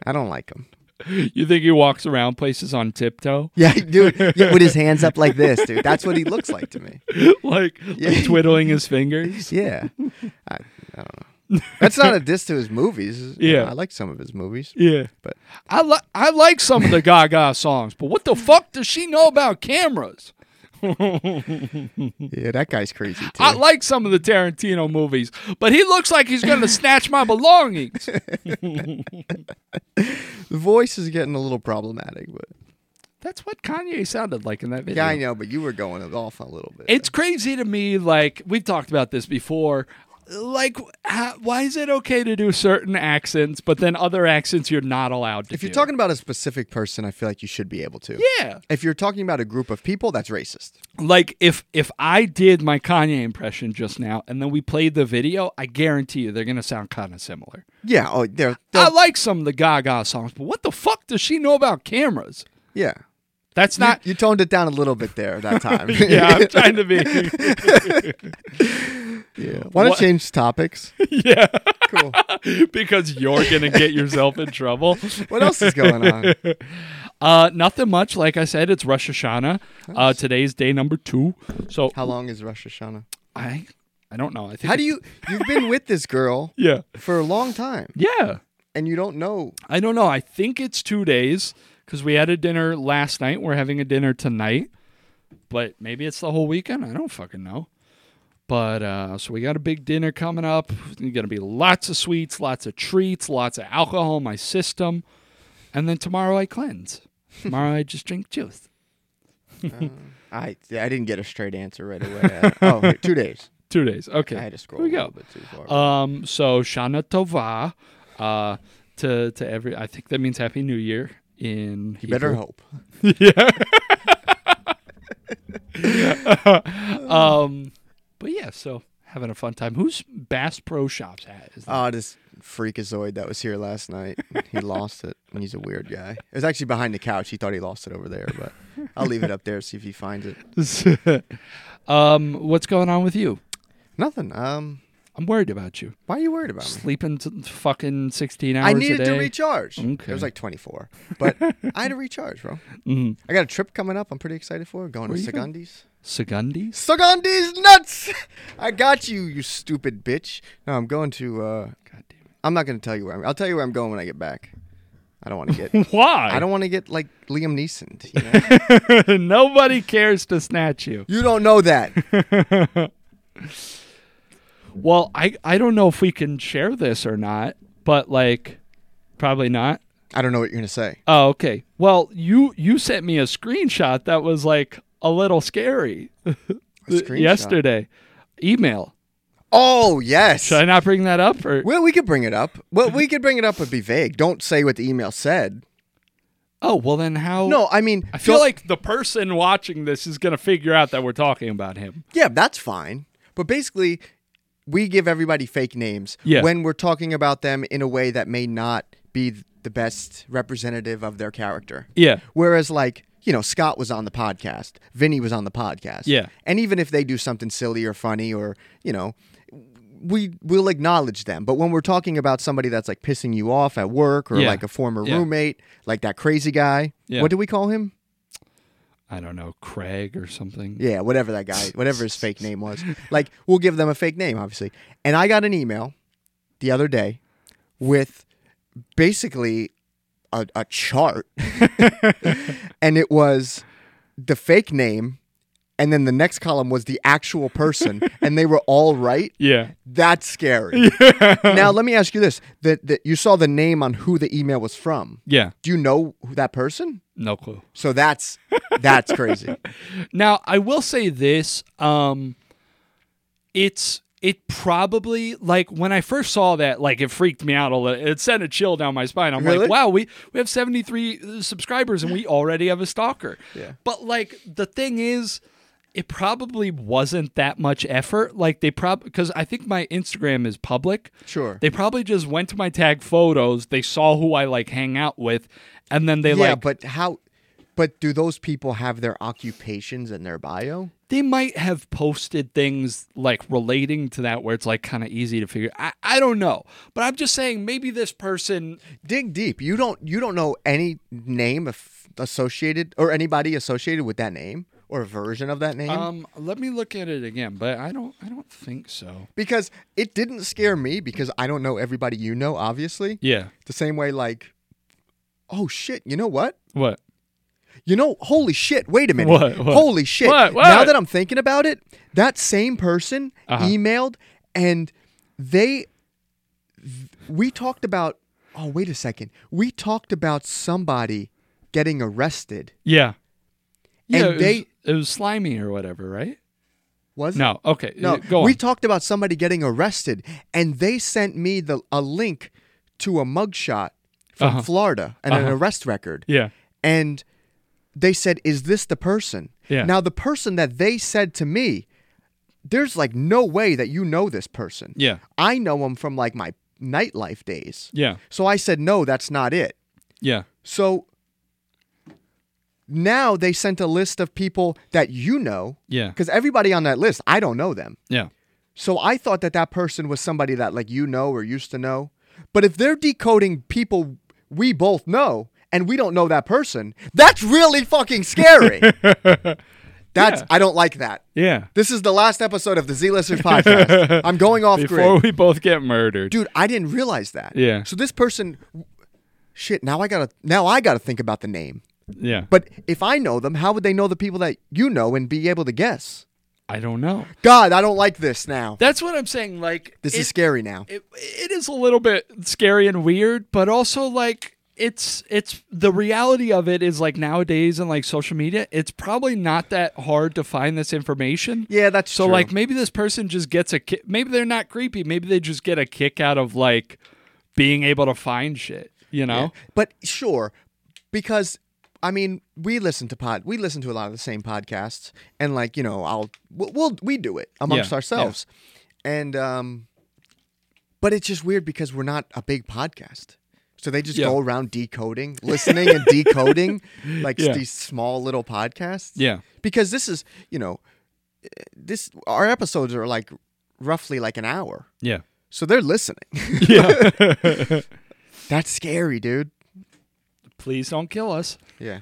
Speaker 3: I don't like him. [laughs]
Speaker 2: You think he walks around places on tiptoe? [laughs]
Speaker 3: Yeah, dude, yeah, with his hands up like this, dude. That's what he looks like to me.
Speaker 2: like,
Speaker 3: Yeah.
Speaker 2: like twiddling his fingers?
Speaker 3: Yeah, I, I don't know. That's not a diss to his movies. You
Speaker 2: Yeah.
Speaker 3: know, I like some of his movies.
Speaker 2: Yeah.
Speaker 3: But-
Speaker 2: I li- I like some of the Gaga songs, but what
Speaker 3: Mm.
Speaker 2: the fuck does she know about cameras?
Speaker 3: Yeah, that guy's crazy too.
Speaker 2: I like some of the Tarantino movies, but he looks like he's
Speaker 3: [laughs]
Speaker 2: going to snatch my belongings.
Speaker 3: the voice is getting a little problematic, but
Speaker 2: That's what Kanye sounded like in that video.
Speaker 3: yeah, I know. But you were going off a little bit.
Speaker 2: It's crazy to me. Like we've talked about this before. Like, how, why is it okay to do certain accents, but then other accents you're not allowed to?
Speaker 3: If you're
Speaker 2: do?
Speaker 3: talking about a specific person, I feel like you should be able to.
Speaker 2: yeah,
Speaker 3: If you're talking about a group of people, that's racist.
Speaker 2: like if if I did my Kanye impression just now, and then we played the video, I guarantee you they're gonna sound kind of similar.
Speaker 3: Yeah. Oh, they're,
Speaker 2: I
Speaker 3: they're
Speaker 2: like some of the Gaga songs, but what the fuck does she know about cameras?
Speaker 3: yeah.
Speaker 2: That's
Speaker 3: You, [laughs]
Speaker 2: not.
Speaker 3: you toned it down a little bit there that time.
Speaker 2: [laughs] yeah,
Speaker 3: [laughs]
Speaker 2: I'm trying to be. [laughs]
Speaker 3: yeah. Want
Speaker 2: What-
Speaker 3: to change topics?
Speaker 2: [laughs] Yeah,
Speaker 3: Cool.
Speaker 2: because you're gonna get yourself in trouble.
Speaker 3: What else is going on?
Speaker 2: [laughs] Uh, nothing much. Like I said, it's Rosh Hashanah. Uh, today's day number two. So
Speaker 3: How long is Rosh Hashanah?
Speaker 2: I, I don't know. I think.
Speaker 3: How do
Speaker 2: it-
Speaker 3: you? You've been with this girl
Speaker 2: Yeah.
Speaker 3: for a long time,
Speaker 2: Yeah.
Speaker 3: and you don't know.
Speaker 2: I don't know. I think it's two days because we had a dinner last night. We're having a dinner tonight, but maybe it's the whole weekend. I don't fucking know. But uh, so we got a big dinner coming up. There's gonna be lots of sweets, lots of treats, lots of alcohol in my system, and then tomorrow I
Speaker 3: [laughs]
Speaker 2: cleanse. Tomorrow I just drink juice.
Speaker 3: I I didn't get a straight answer right away.
Speaker 2: [laughs]
Speaker 3: Uh, oh, here, two days.
Speaker 2: Two days. Okay.
Speaker 3: I had to scroll
Speaker 2: Here we
Speaker 3: a
Speaker 2: go.
Speaker 3: little bit too far.
Speaker 2: Um, so Shana Tova, uh, to to every. I think that means Happy New Year in.
Speaker 3: you better
Speaker 2: Hebrew.
Speaker 3: hope.
Speaker 2: Um, but yeah, so having a fun time. Who's Bass Pro Shops hat? Is that?
Speaker 3: Oh, this freakazoid that was here last night.
Speaker 2: [laughs]
Speaker 3: He lost it, and he's a weird guy. It was actually behind the couch. He thought he lost it over there, but I'll leave it up there. See if he finds it. [laughs]
Speaker 2: um, what's going on with you?
Speaker 3: Nothing. Um,
Speaker 2: I'm worried about you.
Speaker 3: why are you worried about me?
Speaker 2: Sleeping t- fucking 16 hours
Speaker 3: I
Speaker 2: a
Speaker 3: needed
Speaker 2: day.
Speaker 3: to recharge. It
Speaker 2: Okay.
Speaker 3: was like 24,
Speaker 2: [laughs]
Speaker 3: but I had to recharge, bro.
Speaker 2: Mhm.
Speaker 3: I got a trip coming up. I'm pretty excited for going
Speaker 2: Where
Speaker 3: to
Speaker 2: you going?
Speaker 3: Sagundis.
Speaker 2: Sagundis?
Speaker 3: Sagundis nuts! [laughs] I got you, you stupid bitch. No, I'm going to. uh
Speaker 2: God damn
Speaker 3: I'm not going to tell you where I'm. I'll tell you where I'm going when I get back. I don't want to get.
Speaker 2: it. Why?
Speaker 3: I don't want to get like Liam Neeson.
Speaker 2: [laughs]
Speaker 3: You know?
Speaker 2: Nobody cares to snatch you.
Speaker 3: [laughs] You don't know that.
Speaker 2: Well, I I don't know if we can share this or not, but like probably not.
Speaker 3: I don't know what you're
Speaker 2: [laughs]
Speaker 3: gonna say.
Speaker 2: Oh, okay. Well, you you sent me a screenshot that was like a little scary
Speaker 3: screenshot?
Speaker 2: yesterday. Email.
Speaker 3: Oh yes.
Speaker 2: Should I not bring that up? Or
Speaker 3: Well, we could bring it up. Well, we could bring it up, but be vague. Don't say what the email said.
Speaker 2: oh well, then how?
Speaker 3: No, I mean,
Speaker 2: I feel
Speaker 3: don't-
Speaker 2: like the person watching this is gonna figure out that we're talking about him.
Speaker 3: yeah, that's fine. But basically, we give everybody fake names
Speaker 2: Yeah.
Speaker 3: when we're talking about them in a way that may not be th- the best representative of their character.
Speaker 2: Yeah.
Speaker 3: Whereas, like, you know, Scott was on the podcast, Vinny was on the podcast.
Speaker 2: Yeah.
Speaker 3: And even if they do something silly or funny or, you know, we will acknowledge them. But when we're talking about somebody that's like pissing you off at work or
Speaker 2: Yeah.
Speaker 3: like a former
Speaker 2: Yeah.
Speaker 3: roommate, like that crazy guy.
Speaker 2: Yeah.
Speaker 3: What do we call him?
Speaker 2: I don't know, Craig or something.
Speaker 3: Yeah, whatever that guy, whatever his fake name was. Like we'll give them a fake name, obviously. And I got an email the other day with basically a, a chart, and it was the fake name, and then the next column was the actual person, and they were all right.
Speaker 2: Yeah.
Speaker 3: That's scary. Now let me ask you this: that that you saw the name on who the email was from.
Speaker 2: Yeah.
Speaker 3: Do you know who that person?
Speaker 2: No clue.
Speaker 3: So that's that's crazy.
Speaker 2: Now, I will say this. Um, it's it probably like when I first saw that, like it freaked me out a little. It sent a chill down my spine. I'm
Speaker 3: Really?
Speaker 2: like, wow, we we have 73 subscribers and
Speaker 3: [laughs]
Speaker 2: we already have a stalker.
Speaker 3: Yeah.
Speaker 2: But like the thing is, it probably wasn't that much effort. Like they probably because I think my Instagram is public.
Speaker 3: Sure.
Speaker 2: They probably just went to my tag photos. They saw who I like hang out with, and then they
Speaker 3: yeah,
Speaker 2: like
Speaker 3: but how? But do those people have their occupations in their bio?
Speaker 2: they might have posted things like relating to that where it's like kind of easy to figure I, I don't know but i'm just saying maybe this person
Speaker 3: Dig deep. You don't. You don't know any name af- associated or anybody associated with that name or version of that name
Speaker 2: um let me look at it again but i don't i don't think so
Speaker 3: because it didn't scare me because I don't know everybody you know. Obviously,
Speaker 2: yeah
Speaker 3: the same way like, oh shit, you know what?
Speaker 2: what
Speaker 3: You know, holy shit, wait a minute.
Speaker 2: What? What?
Speaker 3: Holy shit.
Speaker 2: What? What? Uh-huh.
Speaker 3: Now that I'm thinking about it, that same person emailed and they th- we talked about oh wait a second. We talked about somebody getting arrested.
Speaker 2: yeah yeah
Speaker 3: And
Speaker 2: it was-
Speaker 3: they-
Speaker 2: it was slimy or whatever right
Speaker 3: Was it?
Speaker 2: no okay
Speaker 3: No,
Speaker 2: uh, go on
Speaker 3: we talked about somebody getting arrested and they sent me the a link to a mugshot from
Speaker 2: Uh-huh.
Speaker 3: Florida and an arrest record.
Speaker 2: yeah
Speaker 3: and they said, "Is this the person?"
Speaker 2: Yeah.
Speaker 3: Now the person that they said to me, there's like no way that you know this person.
Speaker 2: yeah
Speaker 3: I know him from like my nightlife days.
Speaker 2: yeah
Speaker 3: So I said, "No, that's not it."
Speaker 2: yeah
Speaker 3: So now they sent a list of people that you know
Speaker 2: yeah
Speaker 3: because everybody on that list, I don't know them.
Speaker 2: yeah
Speaker 3: So I thought that that person was somebody that like you know or used to know. But if they're decoding people we both know and we don't know that person, that's really fucking
Speaker 2: [laughs]
Speaker 3: scary. that's I don't like that.
Speaker 2: yeah
Speaker 3: This is the last episode of the Z Listers
Speaker 2: [laughs]
Speaker 3: podcast. I'm going off
Speaker 2: before
Speaker 3: grid.
Speaker 2: we both get murdered
Speaker 3: Dude, I didn't realize that.
Speaker 2: Yeah.
Speaker 3: So this person shit, now I got to now I got to think about the name.
Speaker 2: yeah
Speaker 3: But if I know them, how would they know the people that you know and be able to guess?
Speaker 2: i don't know
Speaker 3: God, I don't like this now.
Speaker 2: that's what i'm saying like
Speaker 3: This
Speaker 2: is.
Speaker 3: is scary now.
Speaker 2: it, it is a little bit scary and weird, but also like it's it's the reality of it is like nowadays and like social media, it's probably not that hard to find this information.
Speaker 3: Yeah, that's
Speaker 2: So
Speaker 3: true.
Speaker 2: like maybe this person just gets a kick. Maybe they're not creepy. Maybe they just get a kick out of like being able to find shit. You know?
Speaker 3: But sure, because I mean, we listen to pod, we listen to a lot of the same podcasts, and like you know, I'll we'll, we'll we do it amongst
Speaker 2: Yeah,
Speaker 3: ourselves, and um, but it's just weird because we're not a big podcast. So they just
Speaker 2: Yeah.
Speaker 3: go around decoding, listening and decoding like
Speaker 2: [laughs] Yeah.
Speaker 3: these small little podcasts.
Speaker 2: Yeah.
Speaker 3: Because this is, you know, eh, this our episodes are like roughly like an hour.
Speaker 2: Yeah.
Speaker 3: So they're
Speaker 2: [laughs]
Speaker 3: listening. [laughs]
Speaker 2: Yeah.
Speaker 3: That's scary, dude.
Speaker 2: Please don't kill us. [laughs]
Speaker 3: Yeah.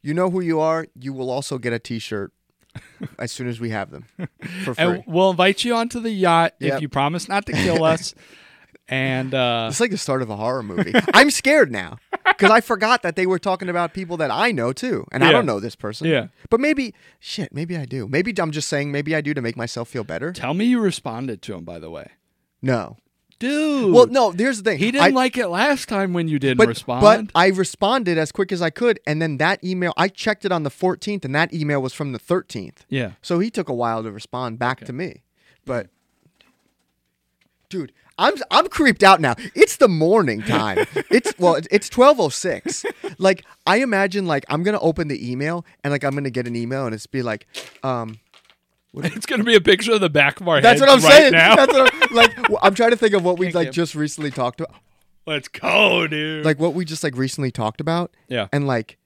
Speaker 3: you know who you are. You will also get a T-shirt as soon as we have them for free.
Speaker 2: And we'll invite you onto the yacht if
Speaker 3: Yep.
Speaker 2: you promise not to kill
Speaker 3: [laughs]
Speaker 2: us. and uh
Speaker 3: it's like the start of a horror movie. I'm scared now because I forgot that they were talking about people that I know too, and I
Speaker 2: Yeah.
Speaker 3: don't know this person.
Speaker 2: Yeah.
Speaker 3: But maybe shit. Maybe I do. Maybe I'm just saying. Maybe I do to make myself feel better.
Speaker 2: tell me you responded to him by the way.
Speaker 3: No.
Speaker 2: Dude.
Speaker 3: Well, no. Here's the thing.
Speaker 2: He
Speaker 3: I-
Speaker 2: didn't like it last time when you didn't
Speaker 3: but,
Speaker 2: respond.
Speaker 3: But I responded as quick as I could, and then that email I checked it on the 14th, and that email was from the 13th.
Speaker 2: yeah.
Speaker 3: So he took a while to respond back to me. But dude, I'm I'm creeped out now. It's the
Speaker 2: [laughs]
Speaker 3: morning time. it's well, it- it's 1206. Like I imagine like I'm going to open the email and like I'm going to get an email and it's be like um
Speaker 2: It's going to be a picture of the back of our
Speaker 3: that's
Speaker 2: head
Speaker 3: what I'm
Speaker 2: right
Speaker 3: saying.
Speaker 2: now.
Speaker 3: That's what I'm, like w- I'm trying to think of what we like
Speaker 2: you.
Speaker 3: just recently talked about.
Speaker 2: [laughs] Let's go, dude.
Speaker 3: Like what we just like recently talked about.
Speaker 2: Yeah.
Speaker 3: And like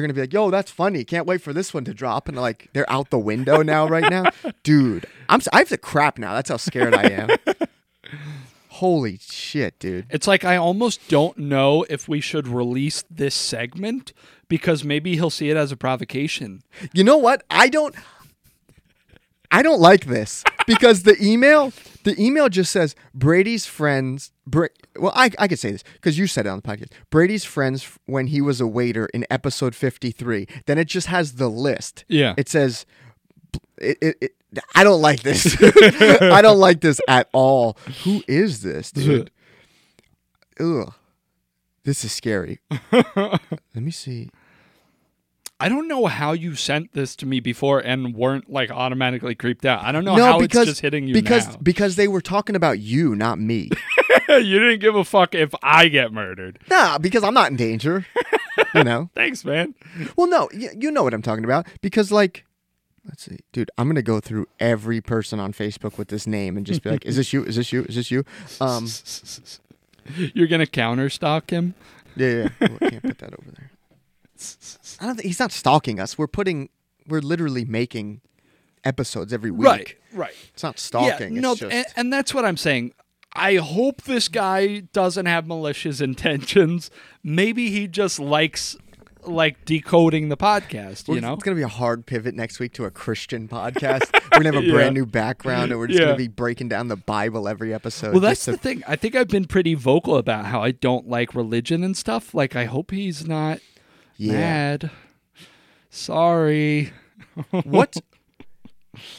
Speaker 2: [laughs]
Speaker 3: gonna be like, "Yo, that's funny! Can't wait for this one to drop." And like, they're out the window now, right now, dude. I'm s- I have to crap now. That's how scared I
Speaker 2: [laughs]
Speaker 3: am. Holy shit, dude.
Speaker 2: It's like I almost don't know if we should release this segment because maybe he'll see it as a provocation.
Speaker 3: You know what? I don't I don't like this because the email the email just says Brady's friends Bra- well I, I could say this because you said it on the podcast Brady's friends f- when he was a waiter in episode 53 then it just has the list
Speaker 2: Yeah.
Speaker 3: it says it, it, it I don't like this [laughs] I don't like this at all who is this dude Ugh. this is scary let me see
Speaker 2: I don't know how you sent this to me before and weren't like automatically creeped out. I don't know
Speaker 3: no
Speaker 2: how
Speaker 3: because
Speaker 2: it's just hitting you
Speaker 3: because
Speaker 2: now.
Speaker 3: because they were talking about you not me
Speaker 2: [laughs] you didn't give a fuck if I get murdered.
Speaker 3: Nah, because I'm not in danger.
Speaker 2: [laughs]
Speaker 3: you know.
Speaker 2: Thanks, man.
Speaker 3: Well, no, you, you know what I'm talking about because like let's see. Dude, I'm going to go through every person on Facebook with this name and just be like, is this you? Is this you? Is this you?
Speaker 2: [laughs]
Speaker 3: Um
Speaker 2: You're gonna counterstock him.
Speaker 3: yeah, yeah. yeah. Oh, I can't put that over there. I don't think he's not stalking us. We're putting we're literally making episodes every week.
Speaker 2: right.
Speaker 3: It's not stalking.
Speaker 2: no,
Speaker 3: it's just
Speaker 2: and, and that's what I'm saying. I hope this guy doesn't have malicious [laughs] intentions. Maybe he just likes like decoding the podcast. You
Speaker 3: We're-
Speaker 2: know,
Speaker 3: it's gonna be a hard pivot next week to a
Speaker 2: [laughs]
Speaker 3: Christian podcast. we're gonna have a
Speaker 2: Yeah.
Speaker 3: brand new background, and we're just
Speaker 2: Yeah.
Speaker 3: gonna be breaking down the Bible every episode.
Speaker 2: Well, that's
Speaker 3: just to-
Speaker 2: the thing. I think I've been pretty vocal about how I don't like religion and stuff. Like, I hope he's not mad. Sorry.
Speaker 3: [laughs] what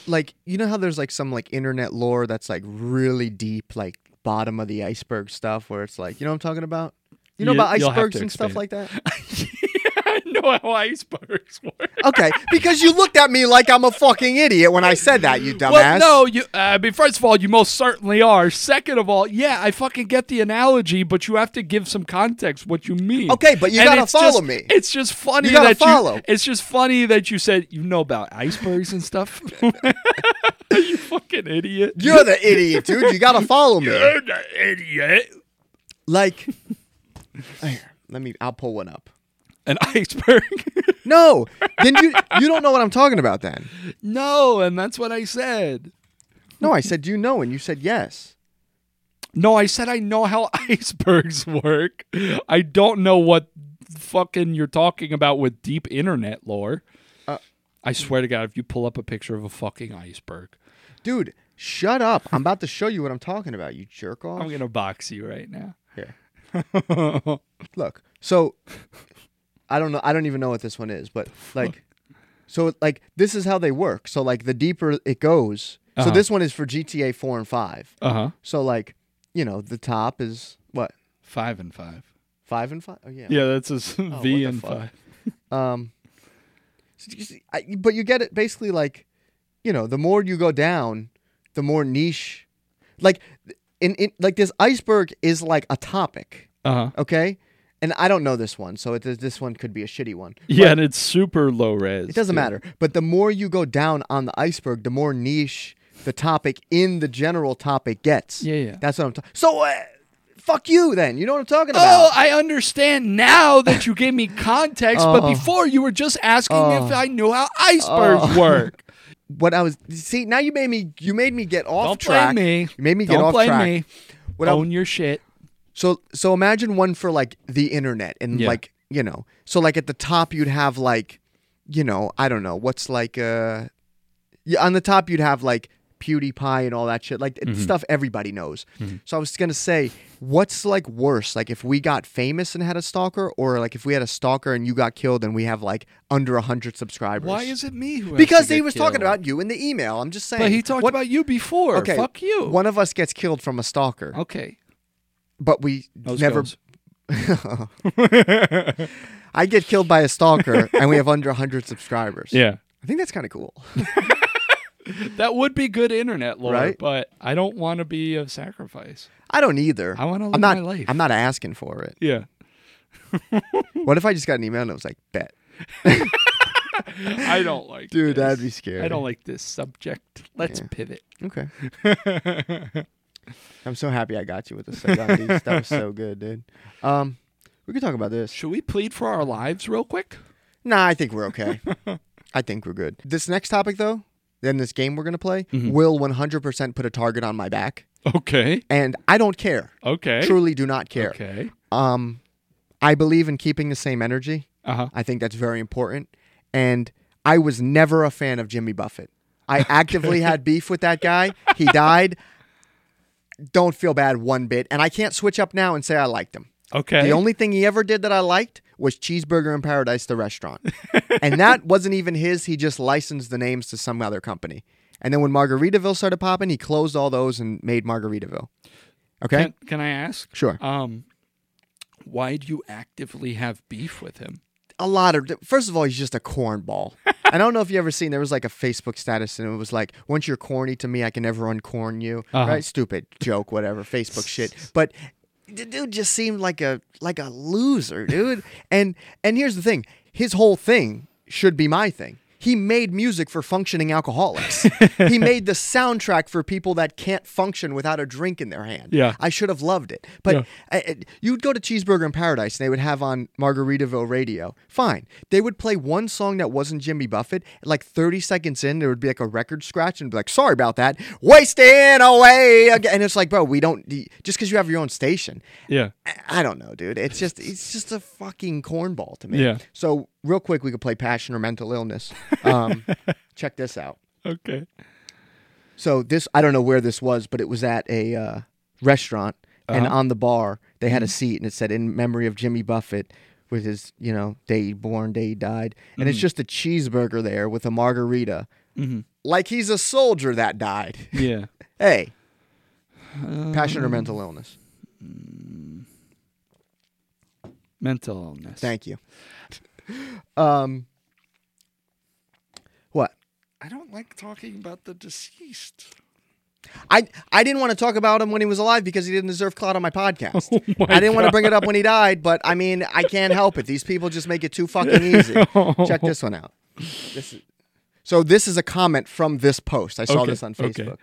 Speaker 3: like you know how there's like some like internet lore that's like really deep like bottom of the iceberg stuff where it's like you know what i'm talking about you know
Speaker 2: You-
Speaker 3: about
Speaker 2: you'll have
Speaker 3: icebergs
Speaker 2: to
Speaker 3: and stuff
Speaker 2: expand.
Speaker 3: like that
Speaker 2: [laughs] I know how icebergs work.
Speaker 3: okay because you looked at me like i'm a fucking idiot when i said that you
Speaker 2: [laughs]
Speaker 3: dumbass
Speaker 2: Well, no, you. Uh, I mean, first of all, you most certainly are. Second of all, yeah, I fucking get the analogy, but you have to give some context what you mean.
Speaker 3: Okay, but you
Speaker 2: And
Speaker 3: gotta
Speaker 2: it's just-
Speaker 3: follow me.
Speaker 2: It's just funny
Speaker 3: You gotta
Speaker 2: that
Speaker 3: follow.
Speaker 2: you. It's just funny that you said you know about icebergs and stuff. [laughs] you fucking idiot.
Speaker 3: you're the idiot dude you gotta
Speaker 2: [laughs]
Speaker 3: follow me
Speaker 2: You're the idiot.
Speaker 3: like [laughs] Here, let me i'll pull one up
Speaker 2: an iceberg. [laughs]
Speaker 3: no then you you don't know what i'm talking about then
Speaker 2: no, and that's what I said.
Speaker 3: no i said you know and you said yes
Speaker 2: No, I said I know how [laughs] icebergs work. I don't know what fucking you're talking about with deep internet lore.
Speaker 3: Uh,
Speaker 2: I swear to God, if you pull up a picture of a fucking iceberg,
Speaker 3: dude shut up i'm about to show you what i'm talking about you jerk off
Speaker 2: I'm gonna box you right now.
Speaker 3: Here. [laughs] Look. So I don't know I don't even know what this one is, but like so like this is how they work. So like the deeper it goes. So
Speaker 2: Uh-huh.
Speaker 3: this one is for GTA 4 and 5.
Speaker 2: Uh huh.
Speaker 3: So like, you know, the top is what?
Speaker 2: Five and five.
Speaker 3: 5 and 5? Oh yeah.
Speaker 2: Yeah, that's a
Speaker 3: what
Speaker 2: V
Speaker 3: the
Speaker 2: and
Speaker 3: fuck?
Speaker 2: five.
Speaker 3: Um so you see- I- but you get it basically like you know, the more you go down, the more niche like in, in like this iceberg is like a topic,
Speaker 2: Uh huh.
Speaker 3: okay? And I don't know this one, so it, this one could be a shitty one.
Speaker 2: Yeah, and it's super low res.
Speaker 3: It doesn't
Speaker 2: too.
Speaker 3: matter. But the more you go down on the iceberg, the more niche the topic in the general topic gets.
Speaker 2: Yeah, yeah.
Speaker 3: That's what I'm talking. So, uh, fuck you then. You know what I'm talking
Speaker 2: Oh,
Speaker 3: about?
Speaker 2: I understand now that you gave me context, but
Speaker 3: Oh.
Speaker 2: before you were just asking if
Speaker 3: Oh.
Speaker 2: I knew how icebergs
Speaker 3: Oh.
Speaker 2: work.
Speaker 3: What I was see now you made me you made me get [laughs] off
Speaker 2: Don't
Speaker 3: track.
Speaker 2: blame me.
Speaker 3: You made me get
Speaker 2: Don't
Speaker 3: off
Speaker 2: blame
Speaker 3: track.
Speaker 2: me. Oh,
Speaker 3: What I'm-
Speaker 2: Own your shit.
Speaker 3: So so imagine one for like the internet and
Speaker 2: Yeah.
Speaker 3: like you know so like at the top you'd have like you know I don't know what's like uh yeah, on the top you'd have like PewDiePie and all that shit like
Speaker 2: Mm-hmm.
Speaker 3: it's stuff everybody knows. So I was gonna say what's like worse like if we got famous and had a stalker or like if we had a stalker and you got killed and we have like under a hundred subscribers.
Speaker 2: Why is it me who? has
Speaker 3: because
Speaker 2: to
Speaker 3: he
Speaker 2: get
Speaker 3: was talking
Speaker 2: killed?
Speaker 3: about you in the email. I'm just saying.
Speaker 2: But he talked
Speaker 3: What-
Speaker 2: about you before.
Speaker 3: okay,
Speaker 2: Fuck you.
Speaker 3: One of us gets killed from a stalker,
Speaker 2: Okay.
Speaker 3: but we
Speaker 2: Those
Speaker 3: never
Speaker 2: girls.
Speaker 3: [laughs] I get killed by a stalker and we have under 100 subscribers.
Speaker 2: Yeah.
Speaker 3: I think that's kind of cool.
Speaker 2: That would be good internet lore,
Speaker 3: Right?
Speaker 2: but I don't want to be a sacrifice.
Speaker 3: I don't either.
Speaker 2: I wanna live
Speaker 3: I'm not,
Speaker 2: my life.
Speaker 3: I'm not asking for it.
Speaker 2: Yeah.
Speaker 3: What if I just got an email and it was like, bet?
Speaker 2: [laughs] I don't like
Speaker 3: Dude,
Speaker 2: this.
Speaker 3: that'd be scary.
Speaker 2: I don't like this subject. Let's pivot.
Speaker 3: Okay. [laughs] I'm so happy I got you with this. I got these. That was so good, dude. Um, we could talk about this.
Speaker 2: Should we plead for our lives real quick?
Speaker 3: Nah, I think we're okay. I think we're good. This next topic, though, in this game we're gonna play
Speaker 2: Mm-hmm.
Speaker 3: will 100% put a target on my back,
Speaker 2: Okay.
Speaker 3: and I don't care.
Speaker 2: Okay.
Speaker 3: Truly, do not care.
Speaker 2: Okay.
Speaker 3: Um, I believe in keeping the same energy.
Speaker 2: Uh huh.
Speaker 3: I think that's very important. And I was never a fan of Jimmy Buffett. I actively had beef with that guy. He died. Don't feel bad one bit. And I can't switch up now and say I liked him.
Speaker 2: Okay.
Speaker 3: The only thing he ever did that I liked was Cheeseburger in Paradise, the restaurant. and that wasn't even his. He just licensed the names to some other company. And then when Margaritaville started popping, he closed all those and made Margaritaville. Okay?
Speaker 2: Can, can I ask?
Speaker 3: Sure.
Speaker 2: Um, why do you actively have beef with him?
Speaker 3: a lot of first of all he's just
Speaker 2: [laughs]
Speaker 3: a cornball i don't know if you ever seen there was like a facebook status and it was like once you're corny to me i can never uncorn you
Speaker 2: Uh-huh.
Speaker 3: right stupid joke whatever
Speaker 2: [laughs]
Speaker 3: facebook shit but the dude just seemed like a like a
Speaker 2: [laughs]
Speaker 3: loser dude and and here's the thing his whole thing should be my thing he made music for
Speaker 2: [laughs]
Speaker 3: functioning alcoholics. he made the soundtrack for people that can't function without a drink in their hand.
Speaker 2: Yeah.
Speaker 3: I should have loved it. But
Speaker 2: Yeah.
Speaker 3: I- I- you'd go to Cheeseburger in Paradise and they would have on Margaritaville radio. Fine. They would play one song that wasn't Jimmy Buffett. Like 30 seconds in, there would be like a record scratch and be like, sorry about that. Wasting away again. And it's like, bro, we don't, just because you have your own station.
Speaker 2: Yeah.
Speaker 3: I- I don't know, dude. It's just, it's just a fucking cornball to me.
Speaker 2: Yeah.
Speaker 3: So, real quick, we could play Passion or Mental Illness. Um, check this out.
Speaker 2: Okay. [laughs]
Speaker 3: So this, I don't know where this was, but it was at a uh, restaurant, and on the bar they had a seat, and it said "In memory of Jimmy Buffett." With his, you know, day he born, day he died, and it's just a cheeseburger there with a margarita, like he's a soldier that died.
Speaker 2: Yeah.
Speaker 3: Hey, passion or mental illness?
Speaker 2: Mental illness.
Speaker 3: Thank you. Um, what?
Speaker 2: I don't like talking about the deceased.
Speaker 3: I I didn't want to talk about him when he was alive because he didn't deserve clout on
Speaker 2: [laughs]
Speaker 3: my podcast.
Speaker 2: Oh
Speaker 3: I didn't want to bring it up when he died, but I mean, I can't help it. These people just make it too
Speaker 2: [laughs]
Speaker 3: fucking easy. Check this one out. This is, so this is a comment from this post. I saw
Speaker 2: Okay,
Speaker 3: this on
Speaker 2: okay.
Speaker 3: Facebook.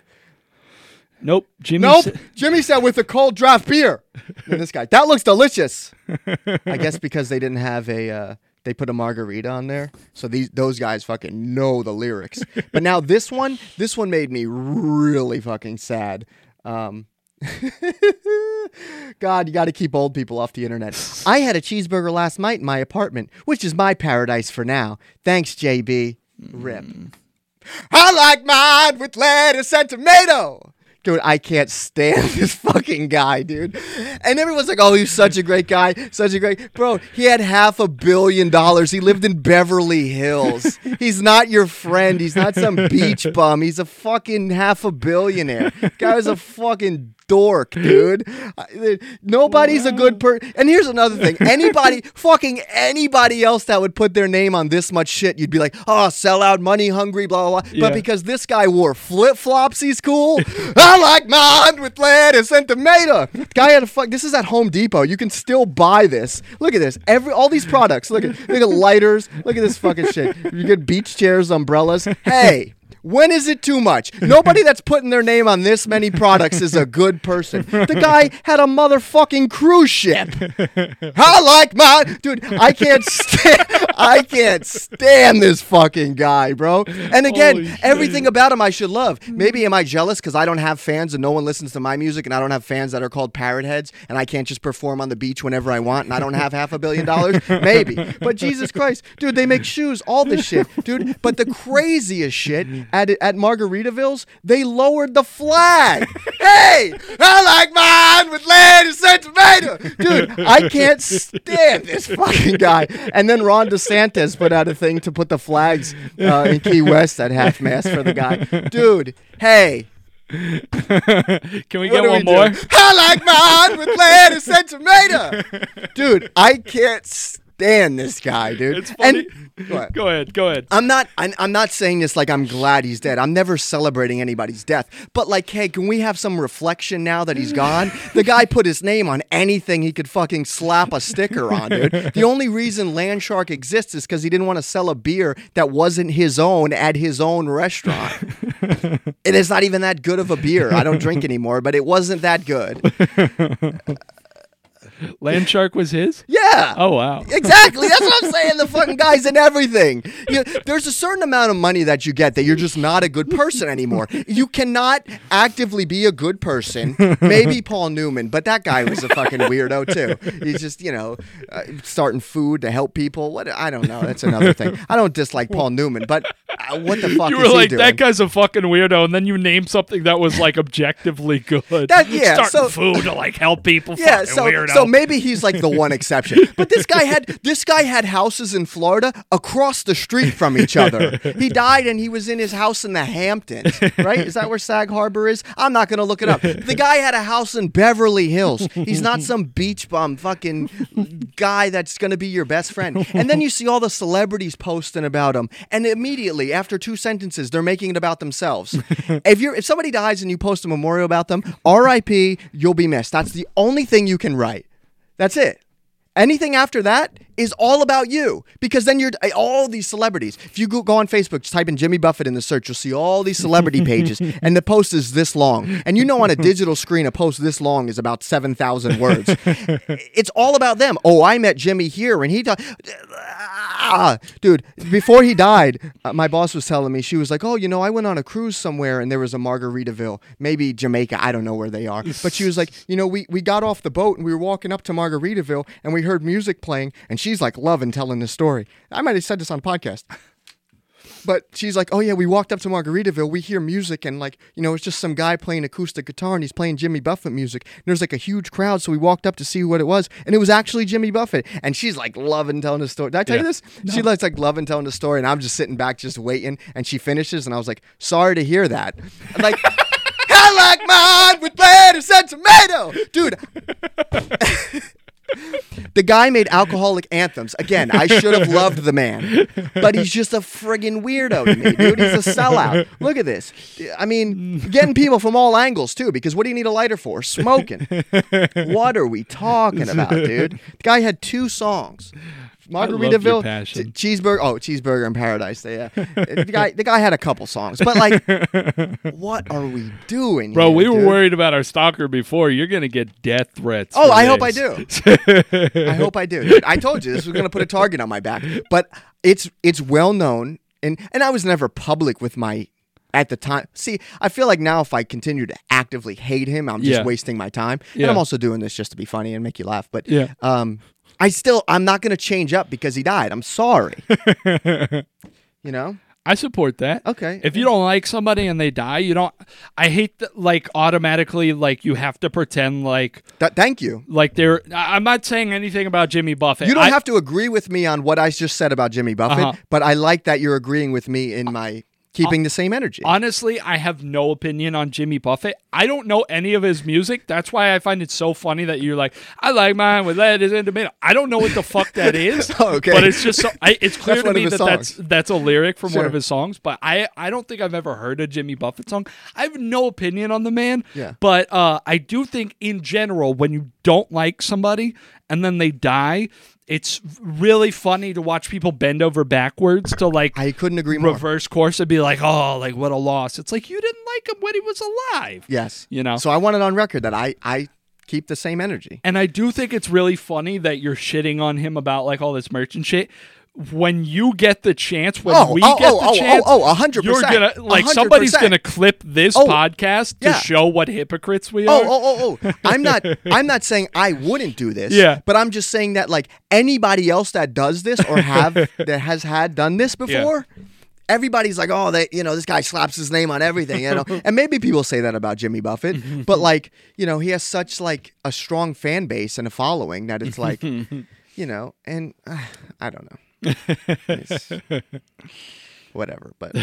Speaker 2: Nope. Jimmy.
Speaker 3: Nope.
Speaker 2: said-
Speaker 3: Jimmy said with a cold draft beer. And this guy, that looks delicious. I guess because they didn't have a, uh, they put a margarita on there. So these those guys fucking know the lyrics. But now this one, this one made me really fucking sad. Um, [laughs] God, you got to keep old people off the internet. I had a cheeseburger last night in my apartment, which is my paradise for now. Thanks, JB. Rip. I like mine with lettuce and tomato. Dude, I can't stand [laughs] this fucking guy, dude. And everyone's like, oh, he's such a great guy. Such a great. Bro, he had half a billion dollars. He lived in Beverly Hills. He's not your friend. He's not some beach bum. He's a fucking half a billionaire. Guy was a fucking dork, dude. I- Nobody's a good person. And here's another thing: anybody, fucking anybody else that would put their name on this much shit, you'd be like, oh, sell out, money hungry, blah blah. blah.
Speaker 2: Yeah.
Speaker 3: But because this guy wore flip flops, he's cool. I like mine with lettuce and tomato. Guy had a fuck. This is at Home Depot. You can still buy this. Look at this. Every all these products. Look at look at lighters. Look at this fucking shit. You get beach chairs, umbrellas. Hey. When is it too much? Nobody that's putting their name on this many products is a good person. The guy had a motherfucking cruise ship. I like my dude.
Speaker 2: [laughs]
Speaker 3: I can't stand. I can't stand this fucking guy, bro. And
Speaker 2: Holy
Speaker 3: again,
Speaker 2: shit.
Speaker 3: everything about him I should love. Maybe am I jealous because I don't have fans and no one listens to my music, and I don't have fans that are called parrot heads, and I can't just perform on the beach whenever I want, and I don't have half a billion dollars. Maybe, but Jesus Christ, dude, they make shoes, all this shit, dude. But the craziest shit at at Margaritaville's, they lowered
Speaker 2: [laughs]
Speaker 3: the flag. Hey, I like mine with lettuce and tomato, dude. I can't stand this fucking guy. And then Ron DeSantis put out a thing to put the flags uh, in Key West at half mast for the guy, dude. Hey.
Speaker 2: Can we
Speaker 3: What
Speaker 2: get
Speaker 3: do we
Speaker 2: one
Speaker 3: do?
Speaker 2: more?
Speaker 3: I like mine with lettuce and tomato. Dude, I can't stand this guy, dude.
Speaker 2: It's funny.
Speaker 3: And, what?
Speaker 2: Go ahead. Go ahead.
Speaker 3: I'm not. I'm, I'm not saying this like I'm glad he's dead. I'm never celebrating anybody's death. But like, hey, can we have some reflection now that he's gone? The guy put his name on anything he could fucking slap a sticker on, dude. The only reason Landshark exists is because he didn't want to sell a beer that wasn't his own at his own restaurant. it is not even that good of a beer. I don't drink anymore, but it wasn't that good.
Speaker 4: Land Shark was his?
Speaker 3: Yeah.
Speaker 4: Oh, wow.
Speaker 3: Exactly. That's what I'm saying. The fucking guy's in everything. You- there's a certain amount of money that you get that you're just not a good person anymore. You cannot actively be a good person. Maybe Paul Newman, but that guy was a fucking weirdo too. He's just, you know, uh, starting food to help people. What I don't know. That's another thing. I don't dislike Paul Newman, but uh, what the fuck
Speaker 4: You
Speaker 3: is
Speaker 4: were
Speaker 3: he
Speaker 4: like,
Speaker 3: doing?
Speaker 4: that guy's a fucking weirdo. And then you named something that was like [laughs] objectively good.
Speaker 3: That- yeah,
Speaker 4: Starting
Speaker 3: so-
Speaker 4: food to like help people.
Speaker 3: Yeah,
Speaker 4: fucking
Speaker 3: so
Speaker 4: weirdo.
Speaker 3: so maybe he's like the one exception. But this guy had this guy had houses in Florida across the street from each other. He died and he was in his house in the Hamptons, right? Is that where Sag Harbor is? I'm not gonna look it up. The guy had a house in Beverly Hills. He's not some beach bum fucking guy that's gonna be your best friend. And then you see all the celebrities posting about him, and immediately after two sentences, they're making it about themselves. if you're if somebody dies and you post a memorial about them, R.I.P. You'll be missed. That's the only thing you can write. That's it. Anything after that is all about you because then you're eh, all these celebrities. If you go, go on Facebook, just type in Jimmy Buffett in the search, you'll see all these celebrity pages, and the post is this long. And you know, on a digital screen, a post this long is about 7,000 words. it's all about them. Oh, I met Jimmy here, and he died. Ah, dude, before he died, uh, my boss was telling me, she was like, Oh, you know, I went on a cruise somewhere, and there was a Margaritaville, maybe Jamaica. I don't know where they are. But she was like, You know, we, we got off the boat and we were walking up to Margaritaville, and we heard music playing, and she's like, loving telling this story. I might have said this on podcast. But she's like, oh yeah, we walked up to Margaritaville. We hear music and like, you know, it's just some guy playing acoustic guitar and he's playing Jimmy Buffett music. And there's like a huge crowd, so we walked up to see what it was, and it was actually Jimmy Buffett. And she's like loving telling the story. Did I tell you
Speaker 4: Yeah.
Speaker 3: this? She likes like loving telling the story, and I'm just sitting back just waiting. And she finishes, and I was like, sorry to hear that. I'm like. [laughs] I like mine with lettuce and tomato, dude. The guy made alcoholic anthems. Again, I should have loved the man, but he's just a friggin' weirdo to me, dude. He's a sellout. Look at this. I mean, getting people from all angles too. Because what do you need a lighter for? Smoking. What are we talking about, dude? The guy had two songs.
Speaker 4: love your
Speaker 3: Margaritaville,
Speaker 4: passion.
Speaker 3: Che- cheeseburger. Oh, cheeseburger in paradise. Yeah, the guy, the guy had a couple songs, but like, what are we doing,
Speaker 4: Bro,
Speaker 3: here,
Speaker 4: we were
Speaker 3: dude?
Speaker 4: worried about our stalker before. You're going to get death threats.
Speaker 3: Oh,
Speaker 4: for
Speaker 3: I hope I
Speaker 4: this.
Speaker 3: do.
Speaker 4: [laughs]
Speaker 3: I hope I do. Dude, I told you this was going to put a target on my back. But it's it's well known, and and I was never public with my at the time. See, I feel like now if I continue to actively hate him, I'm just
Speaker 4: Yeah.
Speaker 3: wasting my time,
Speaker 4: Yeah.
Speaker 3: and I'm also doing this just to be funny and make you laugh. But
Speaker 4: Yeah.
Speaker 3: um, I still I'm not going to change up because he died. I'm
Speaker 4: [laughs]
Speaker 3: sorry. you know.
Speaker 4: I support that.
Speaker 3: Okay.
Speaker 4: If you don't like somebody and they die, you don't. I hate that. Like automatically, like you have to pretend like
Speaker 3: Th- thank you.
Speaker 4: like they're. I- I'm not saying anything about Jimmy Buffett.
Speaker 3: You don't
Speaker 4: I-
Speaker 3: have to agree with me on what I just said about Jimmy Buffett,
Speaker 4: Uh-huh. Uh,
Speaker 3: but I like that you're agreeing with me in my keeping the same energy.
Speaker 4: Honestly, I have no opinion on Jimmy Buffett. I don't know any of his music. That's why I find it so funny that you're like, I like mine with lettuce and tomato. I don't know what the fuck
Speaker 3: [laughs]
Speaker 4: that is.
Speaker 3: Oh, okay.
Speaker 4: But it's just so, I, it's clear
Speaker 3: That's
Speaker 4: to
Speaker 3: one of
Speaker 4: me
Speaker 3: his
Speaker 4: that that's
Speaker 3: songs.
Speaker 4: that's a lyric from one
Speaker 3: Sure.
Speaker 4: of his songs. But I I don't think I've ever heard a Jimmy Buffett song. I have no opinion on the man.
Speaker 3: Yeah.
Speaker 4: But uh, I do think in general, when you don't like somebody and then they die. It's really funny to watch people bend over backwards to like
Speaker 3: I couldn't agree more.
Speaker 4: reverse course and be like, oh, like what a loss. It's like you didn't like him when he was alive.
Speaker 3: Yes.
Speaker 4: You know?
Speaker 3: So I want it on record that I I keep the same energy.
Speaker 4: And I do think it's really funny that you're shitting on him about like all this merch and shit. When you get the chance, when
Speaker 3: Oh,
Speaker 4: we
Speaker 3: oh,
Speaker 4: get
Speaker 3: oh,
Speaker 4: the
Speaker 3: oh,
Speaker 4: chance,
Speaker 3: oh, oh, 100%,
Speaker 4: you're gonna like
Speaker 3: 100%.
Speaker 4: somebody's gonna clip this
Speaker 3: Oh,
Speaker 4: podcast to
Speaker 3: yeah.
Speaker 4: show what hypocrites we
Speaker 3: Oh,
Speaker 4: are.
Speaker 3: oh,
Speaker 4: [laughs]
Speaker 3: oh, oh. I'm not I'm not saying I wouldn't do this.
Speaker 4: Yeah.
Speaker 3: But I'm just saying that like anybody else that does this or have
Speaker 4: [laughs]
Speaker 3: that has had done this before. Everybody's like, oh, they, you know, this guy slaps his name on everything, you
Speaker 4: [laughs]
Speaker 3: know, and maybe people say that about Jimmy Buffett, but like, you know, he has such like a strong fan base and a following that it's
Speaker 4: [laughs]
Speaker 3: like, you know, and uh, I don't know. It's- whatever. But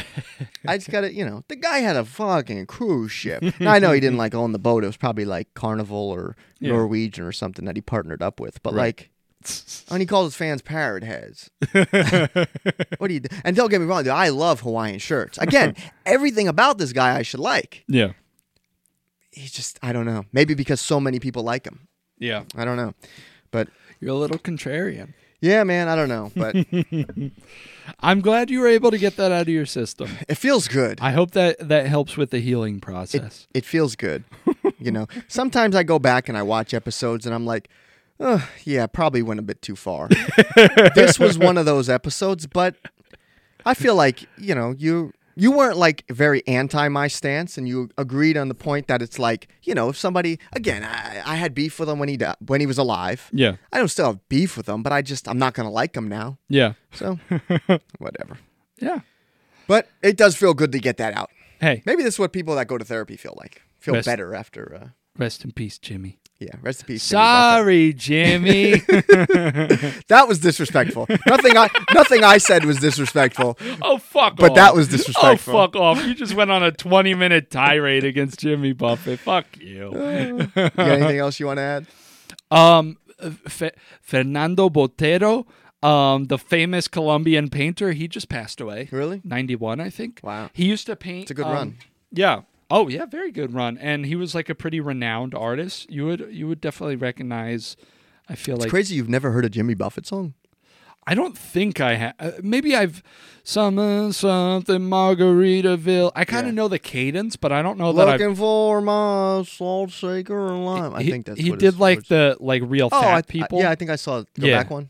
Speaker 3: I just got to, you know, the guy had a fucking cruise ship. Now, I know he [laughs] didn't like own the boat. It was probably like Carnival or Norwegian or something that he partnered up with. But like, and he called his fans parrot heads. [laughs] what do you? Do? And don't get me wrong, dude. I love Hawaiian shirts. [laughs] Again, everything about this guy I should like.
Speaker 4: Yeah.
Speaker 3: He's just, I don't know. Maybe because so many people like him.
Speaker 4: Yeah.
Speaker 3: I don't know. But
Speaker 4: You're a little contrarian.
Speaker 3: yeah, man, I don't know. [laughs] But
Speaker 4: I'm glad you were able to get that out of your system.
Speaker 3: it feels good.
Speaker 4: I hope that that helps with the healing process. [laughs]
Speaker 3: it feels good. you know, sometimes I go back and I watch episodes and I'm like, Ugh, yeah, probably went a bit too
Speaker 4: [laughs]
Speaker 3: far. this was one of those episodes, but I feel like you know you you weren't like very anti my stance, and you agreed on the point that it's like you know if somebody again I, I had beef with him when he di- when he was alive.
Speaker 4: Yeah.
Speaker 3: I don't still have beef with him, but I just I'm not gonna like him now.
Speaker 4: Yeah. [laughs]
Speaker 3: So whatever.
Speaker 4: Yeah.
Speaker 3: But it does feel good to get that out.
Speaker 4: Hey,
Speaker 3: Maybe this is what people that go to therapy feel like. Feel
Speaker 4: Rest-
Speaker 3: better after. Uh,
Speaker 4: rest in peace, Jimmy.
Speaker 3: yeah, rest in peace. Jimmy Buffett. [laughs]
Speaker 4: Sorry, Jimmy.
Speaker 3: That was
Speaker 4: [laughs]
Speaker 3: disrespectful. nothing I nothing I said was disrespectful.
Speaker 4: oh, fuck
Speaker 3: But
Speaker 4: off.
Speaker 3: that was disrespectful.
Speaker 4: [laughs] Oh, fuck off. You just went on a 20 minute tirade against Jimmy Buffett. Fuck
Speaker 3: Uh.
Speaker 4: you.
Speaker 3: You got
Speaker 4: [laughs]
Speaker 3: anything else you want to add?
Speaker 4: Um, Fe- Fernando Botero, um, the famous Colombian painter, he just passed away.
Speaker 3: Really?
Speaker 4: 91, I think.
Speaker 3: Wow.
Speaker 4: He used to paint.
Speaker 3: It's a good
Speaker 4: um,
Speaker 3: run.
Speaker 4: Yeah. Oh yeah, very good run. And he was like a pretty renowned artist. You would you would definitely recognize. I feel like
Speaker 3: Crazy, you've never heard a Jimmy Buffett song?
Speaker 4: I don't think I have. Maybe I've summer something Margaritaville. I kind of
Speaker 3: Yeah.
Speaker 4: know the cadence, but I don't know that I've.
Speaker 3: Looking for my salt shaker and lime. I
Speaker 4: he,
Speaker 3: think that's
Speaker 4: he
Speaker 3: what
Speaker 4: did
Speaker 3: it's-
Speaker 4: like
Speaker 3: what it's-
Speaker 4: the like real
Speaker 3: oh,
Speaker 4: fat
Speaker 3: I,
Speaker 4: people.
Speaker 3: I, yeah, I think I saw it. Go
Speaker 4: Yeah.
Speaker 3: back one.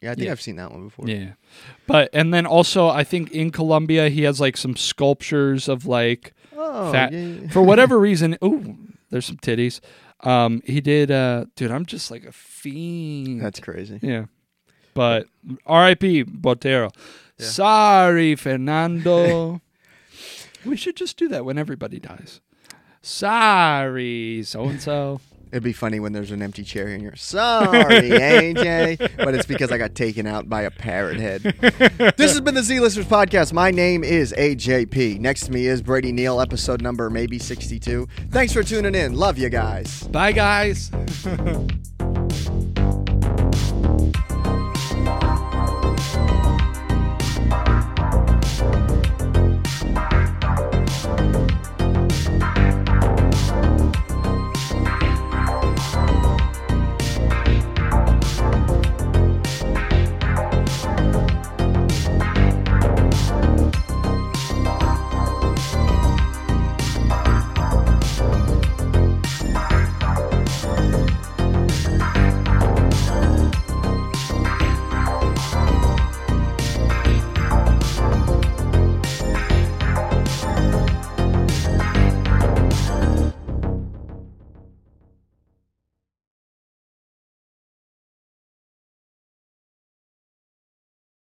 Speaker 3: Yeah, I think
Speaker 4: Yeah.
Speaker 3: I've seen that one before.
Speaker 4: Yeah. But and then also I think in Colombia he has like some sculptures of like
Speaker 3: Oh,
Speaker 4: fat
Speaker 3: yeah, yeah. [laughs]
Speaker 4: for whatever reason. Ooh, there's some titties. Um he did uh dude, I'm just like a fiend.
Speaker 3: that's crazy.
Speaker 4: yeah. But R.I.P. Botero. Sorry, Fernando. we should just do that when everybody dies. Sorry, so and so.
Speaker 3: It'd be funny when there's an empty chair here and you're sorry, AJ, but it's because I got taken out by a parrot head. this has been the Z Listers Podcast. My name is AJP. Next to me is Brady Neal, episode number maybe 62. Thanks for tuning in. Love you guys.
Speaker 4: Bye, guys.